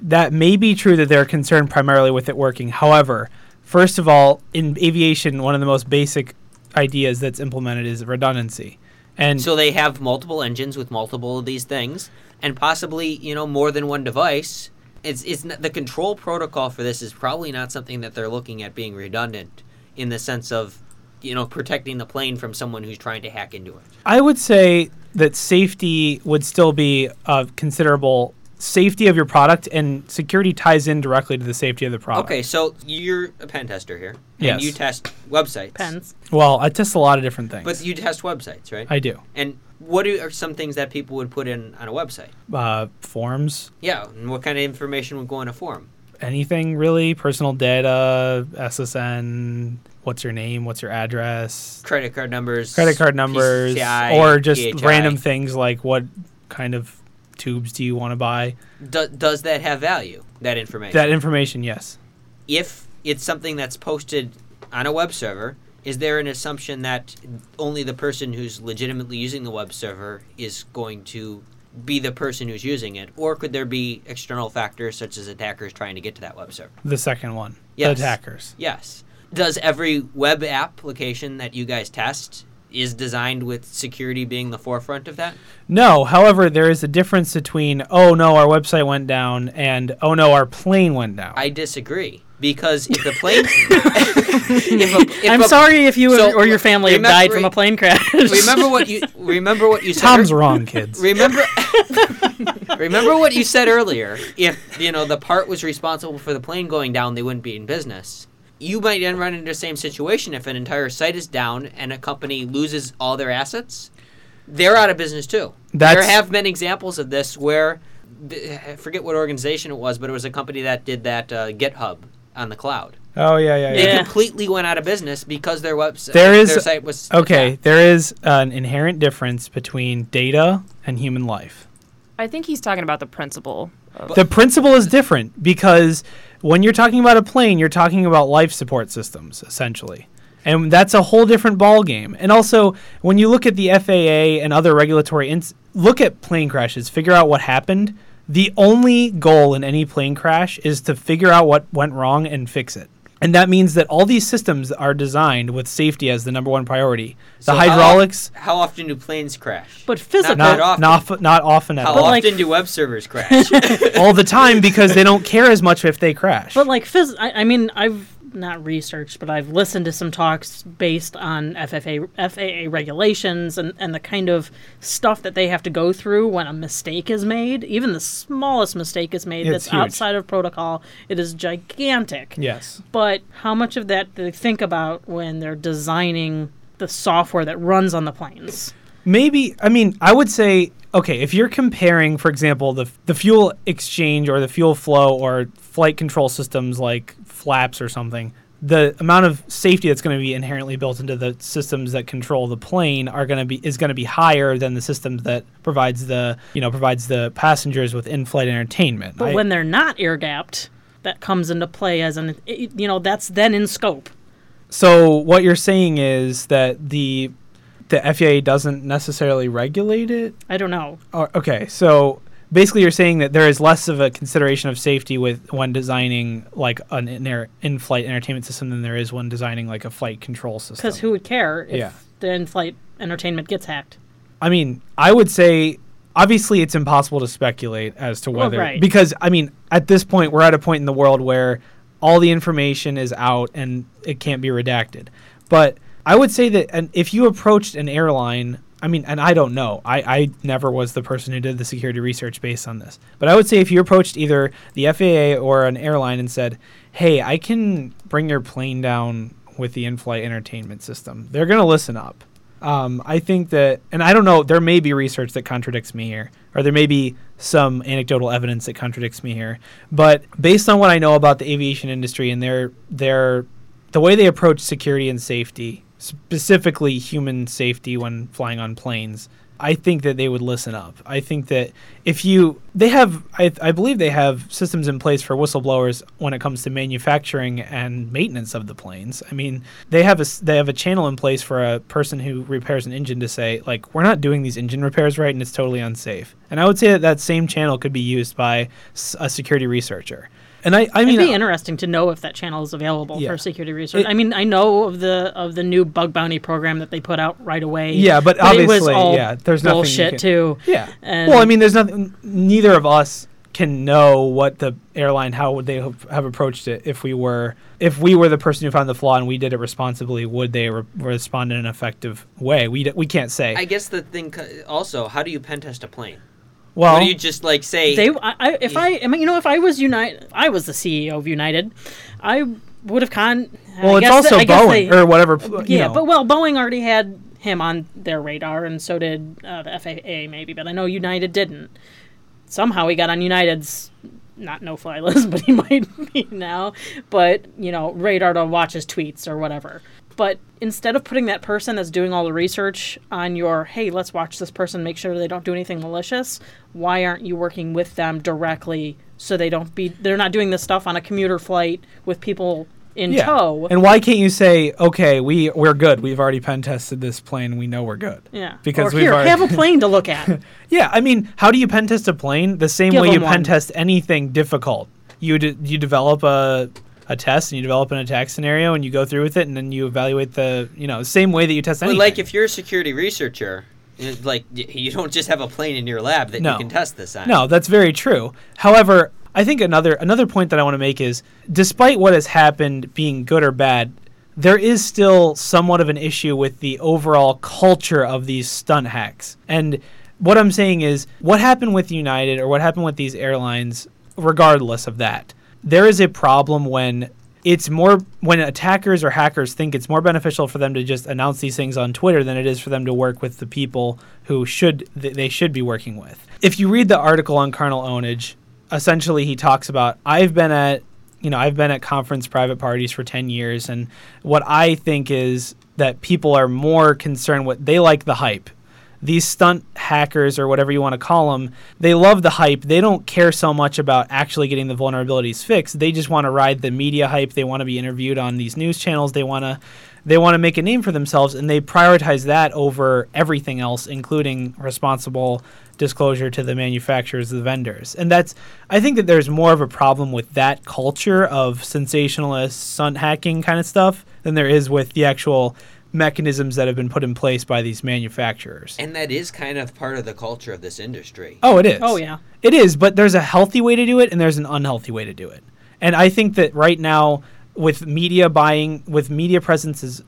that may be true that they're concerned primarily with it working. However, first of all, in aviation, one of the most basic ideas that's implemented is redundancy. And
So they have multiple engines with multiple of these things, and possibly you know more than one device. It's it's not, the control protocol for this is probably not something that they're looking at being redundant in the sense of you know protecting the plane from someone who's trying to hack into it.
I would say that safety would still be a considerable safety of your product, and security ties in directly to the safety of the product.
Okay, so you're a pen tester here, and
Yes.
you test websites.
Pens.
Well, I test a lot of different things.
But you test websites, right?
I do.
And what do- are some things that people would put in on a website?
Uh, forms,
Yeah, and what kind of information would go in a form?
anything really, personal data, SSN, what's your name, what's your address,
Credit card numbers,
credit card numbers,
PCI,
or just
PHI.
random things like what kind of tubes do you want to buy.
Do, does that have value? That information.
That information, yes.
if it's something that's posted on a web server, is there an assumption that only the person who's legitimately using the web server is going to be the person who's using it, or could there be external factors such as attackers trying to get to that web server?
The second one,
Yes.
the attackers.
Yes. Does every web application that you guys test is designed with security being the forefront of that?
No, however, there is a difference between oh no, our website went down and oh no, our plane went down.
I disagree because if the
(laughs)
plane, (laughs) if a, if
I'm
a-
sorry if you
so,
or your family have died
remember-
from a plane crash.
Remember what you remember what you said.
Tom's
(laughs) ear-
wrong, kids. (laughs)
Remember, remember what you said earlier. If you know the part was responsible for the plane going down, they wouldn't be in business. You might then run into the same situation if an entire site is down and a company loses all their assets. They're out of business too.
That's-
There have been examples of this where th- I forget what organization it was, but it was a company that did that uh, GitHub on the cloud.
Oh yeah, yeah, yeah.
They
Yeah.
completely went out of business because their website,
There is-
their site was
Okay, there is an inherent difference between data and human life.
I think he's talking about the principle. Of,
the principle is different because when you're talking about a plane, you're talking about life support systems essentially. And that's a whole different ballgame. And also, when you look at the FAA and other regulatory, ins- look at plane crashes, figure out what happened. The only goal in any plane crash is to figure out what went wrong and fix it. And that means that all these systems are designed with safety as the number one priority. The
So how-
hydraulics,
How, often do planes crash?
(laughs) But physical-
Not, that
not,
often.
not, often. not often at
How
all.
often
like-
do web (laughs) servers crash?
all the time because they don't care as much if they crash.
But like phys- I, I mean, I've not researched, but I've listened to some talks based on FFA FAA regulations and and the kind of stuff that they have to go through when a mistake is made. Even the smallest mistake is made
It's
that's
huge.
outside of protocol. It is gigantic.
yes.
But how much of that do they think about when they're designing the software that runs on the planes?
Maybe I mean I would say okay if you're comparing for example the the fuel exchange or the fuel flow or flight control systems like flaps or something the amount of safety that's going to be inherently built into the systems that control the plane are going to be is going to be higher than the systems that provides the you know provides the passengers with in-flight entertainment.
But
I-
when they're not air gapped, that comes into play as an it- you know that's then in scope.
So what you're saying is that the the FAA doesn't necessarily regulate it
I don't know.
Or- okay, so basically you're saying that there is less of a consideration of safety with when designing like an in- in-flight entertainment system than there is when designing like a flight control system.
Because who would care if
Yeah.
the in-flight entertainment gets hacked?
I mean, I would say obviously it's impossible to speculate as to whether
right.
because I mean, at this point we're at a point in the world where all the information is out and it can't be redacted. But I would say that and if you approached an airline, I mean, and I don't know. I, I never was the person who did the security research based on this. But I would say if you approached either the FAA or an airline and said, hey, I can bring your plane down with the in flight entertainment system, they're going to listen up. Um, I think that, and I don't know, there may be research that contradicts me here, or there may be some anecdotal evidence that contradicts me here. But based on what I know about the aviation industry and their their the way they approach security and safety, specifically human safety when flying on planes, I think that they would listen up. I think that if you, they have, I, I believe they have systems in place for whistleblowers when it comes to manufacturing and maintenance of the planes. I mean, they have a, s- they have a channel in place for a person who repairs an engine to say, like, we're not doing these engine repairs right and it's totally unsafe. And I would say that that same channel could be used by s- a security researcher. And I, I mean,
It'd be
uh,
interesting to know if that channel is available
Yeah.
for security research.
It-
I mean, I know of the of the new bug bounty program that they put out right away.
Yeah, but
it was
obviously,
all
yeah, there's nothing you
bullshit
can-
too.
Yeah.
And-
well, I mean, there's nothing. Neither of us can know what the airline how would they have have approached it if we were if we were the person who found the flaw and we did it responsibly. Would they re- respond in an effective way? We d- we can't say.
(laughs) I guess the thing co- also, how do you pen test a plane?
well,
What do you just like say?
They, I, I if I, I mean, you know, if I was United, I was the CEO of United, I would have con.
well,
I
it's
guess
also
that, I guess
Boeing
they-
or whatever. pl- you
yeah,
know.
but well, Boeing already had him on their radar, and so did uh, the FAA, maybe. But I know United didn't. Somehow he got on United's not no fly (laughs) list, but he might be now. But you know, radar to watch his tweets or whatever. But instead of putting that person that's doing all the research on your, hey, let's watch this person, make sure they don't do anything malicious. Why aren't you working with them directly so they don't be? They're not doing this stuff on a commuter flight with people in
yeah.
tow.
And why can't you say, okay, we we're good. We've already pen tested this plane. We know we're good.
Yeah.
Because
or
we've
here,
already (laughs)
have a plane to look at.
Yeah, I mean, how do you pen test a plane? The same
Give
way you
'em one.
pen test anything difficult. You de- you develop a a test and you develop an attack scenario and you go through with it and then you evaluate the you know same way that you test
But
anything.
like, if you're a security researcher, it's like y- you don't just have a plane in your lab that
No.
you can test this on.
No, that's very true. However, I think another another point that I want to make is despite what has happened being good or bad, there is still somewhat of an issue with the overall culture of these stunt hacks. And what I'm saying is what happened with United or what happened with these airlines regardless of that. There is a problem when it's more when attackers or hackers think it's more beneficial for them to just announce these things on Twitter than it is for them to work with the people who should th- they should be working with. If you read the article on carnal ownage, essentially he talks about I've been at you know I've been at conference private parties for 10 years and what I think is that people are more concerned with they like the hype these stunt hackers or whatever you want to call them, they love the hype. They don't care so much about actually getting the vulnerabilities fixed. They just want to ride the media hype. They want to be interviewed on these news channels. They want to they want to make a name for themselves and they prioritize that over everything else including responsible disclosure to the manufacturers, the vendors. And that's I think that there's more of a problem with that culture of sensationalist stunt hacking kind of stuff than there is with the actual mechanisms that have been put in place by these manufacturers.
And that is kind of part of the culture of this industry.
Oh, it is.
Oh, yeah.
It is, but there's a healthy way to do it and there's an unhealthy way to do it. And I think that right now with media buying, with media presence is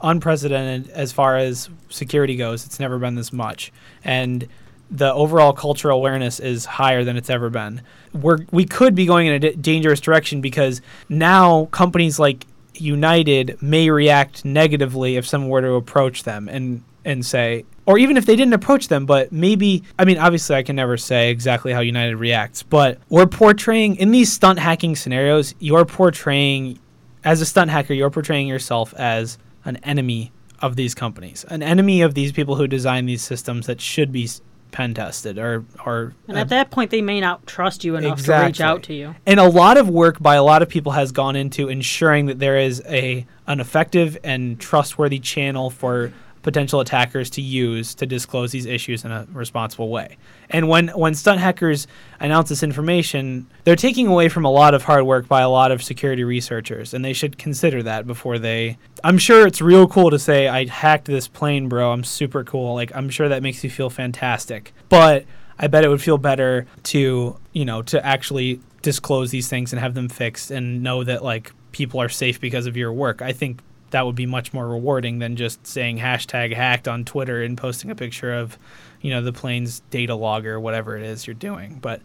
unprecedented as far as security goes. It's never been this much. And the overall cultural awareness is higher than it's ever been. We're we could be going in a d- dangerous direction because now companies like United may react negatively if someone were to approach them and and say or even if they didn't approach them but maybe i mean obviously i can never say exactly how united reacts but we're portraying in these stunt hacking scenarios you're portraying as a stunt hacker you're portraying yourself as an enemy of these companies an enemy of these people who design these systems that should be s- pen tested or or
And at that point, they may not trust you enough to reach out to you.
and a lot of work by a lot of people has gone into ensuring that there is a an effective and trustworthy channel for potential attackers to use to disclose these issues in a responsible way. And when when stunt hackers announce this information, they're taking away from a lot of hard work by a lot of security researchers, and they should consider that before they I'm sure it's real cool to say I hacked this plane, bro. I'm super cool. Like I'm sure that makes you feel fantastic. But I bet it would feel better to, you know, to actually disclose these things and have them fixed and know that like people are safe because of your work. I think that would be much more rewarding than just saying hashtag hacked on Twitter and posting a picture of, you know, the plane's data log or whatever it is you're doing. But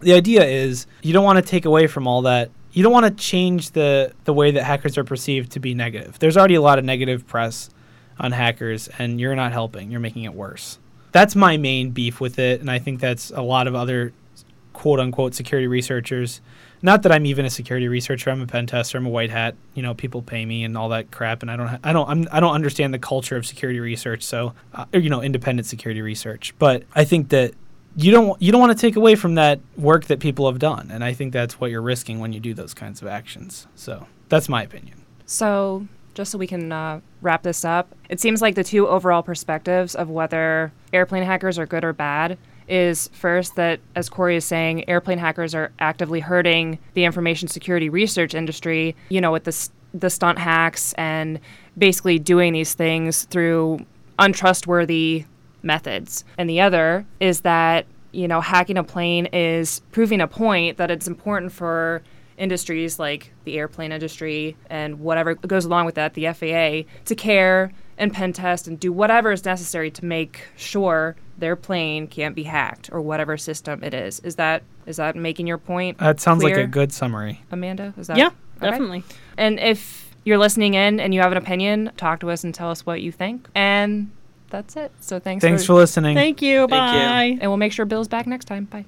the idea is you don't want to take away from all that. You don't want to change the the way that hackers are perceived to be negative. There's already a lot of negative press on hackers, and you're not helping. You're making it worse. That's my main beef with it, and I think that's a lot of other quote unquote security researchers. Not that I'm even a security researcher. I'm a pen tester. I'm a white hat. You know, people pay me and all that crap, and I don't, ha- I don't, I'm, I don't understand the culture of security research. So, uh, or, you know, independent security research. But I think that you don't, you don't want to take away from that work that people have done, and I think that's what you're risking when you do those kinds of actions. So that's my opinion.
So, just so we can uh, wrap this up, it seems like the two overall perspectives of whether airplane hackers are good or bad is first that, as Corey is saying, airplane hackers are actively hurting the information security research industry, you know, with the, s- the stunt hacks and basically doing these things through untrustworthy methods. And the other is that, you know, hacking a plane is proving a point that it's important for industries like the airplane industry and whatever goes along with that, the FAA, to care and pen test and do whatever is necessary to make sure their plane can't be hacked or whatever system it is. Is that is that making your point?
That sounds like
clear,
a good summary.
Amanda.
Uh,
Is that
Yeah,
okay?
definitely.
And if you're listening in and you have an opinion, talk to us and tell us what you think. And that's it. So thanks.
Thanks for listening.
Thank you.
Thank you.
Bye.
and we'll make sure Bill's back next time. Bye.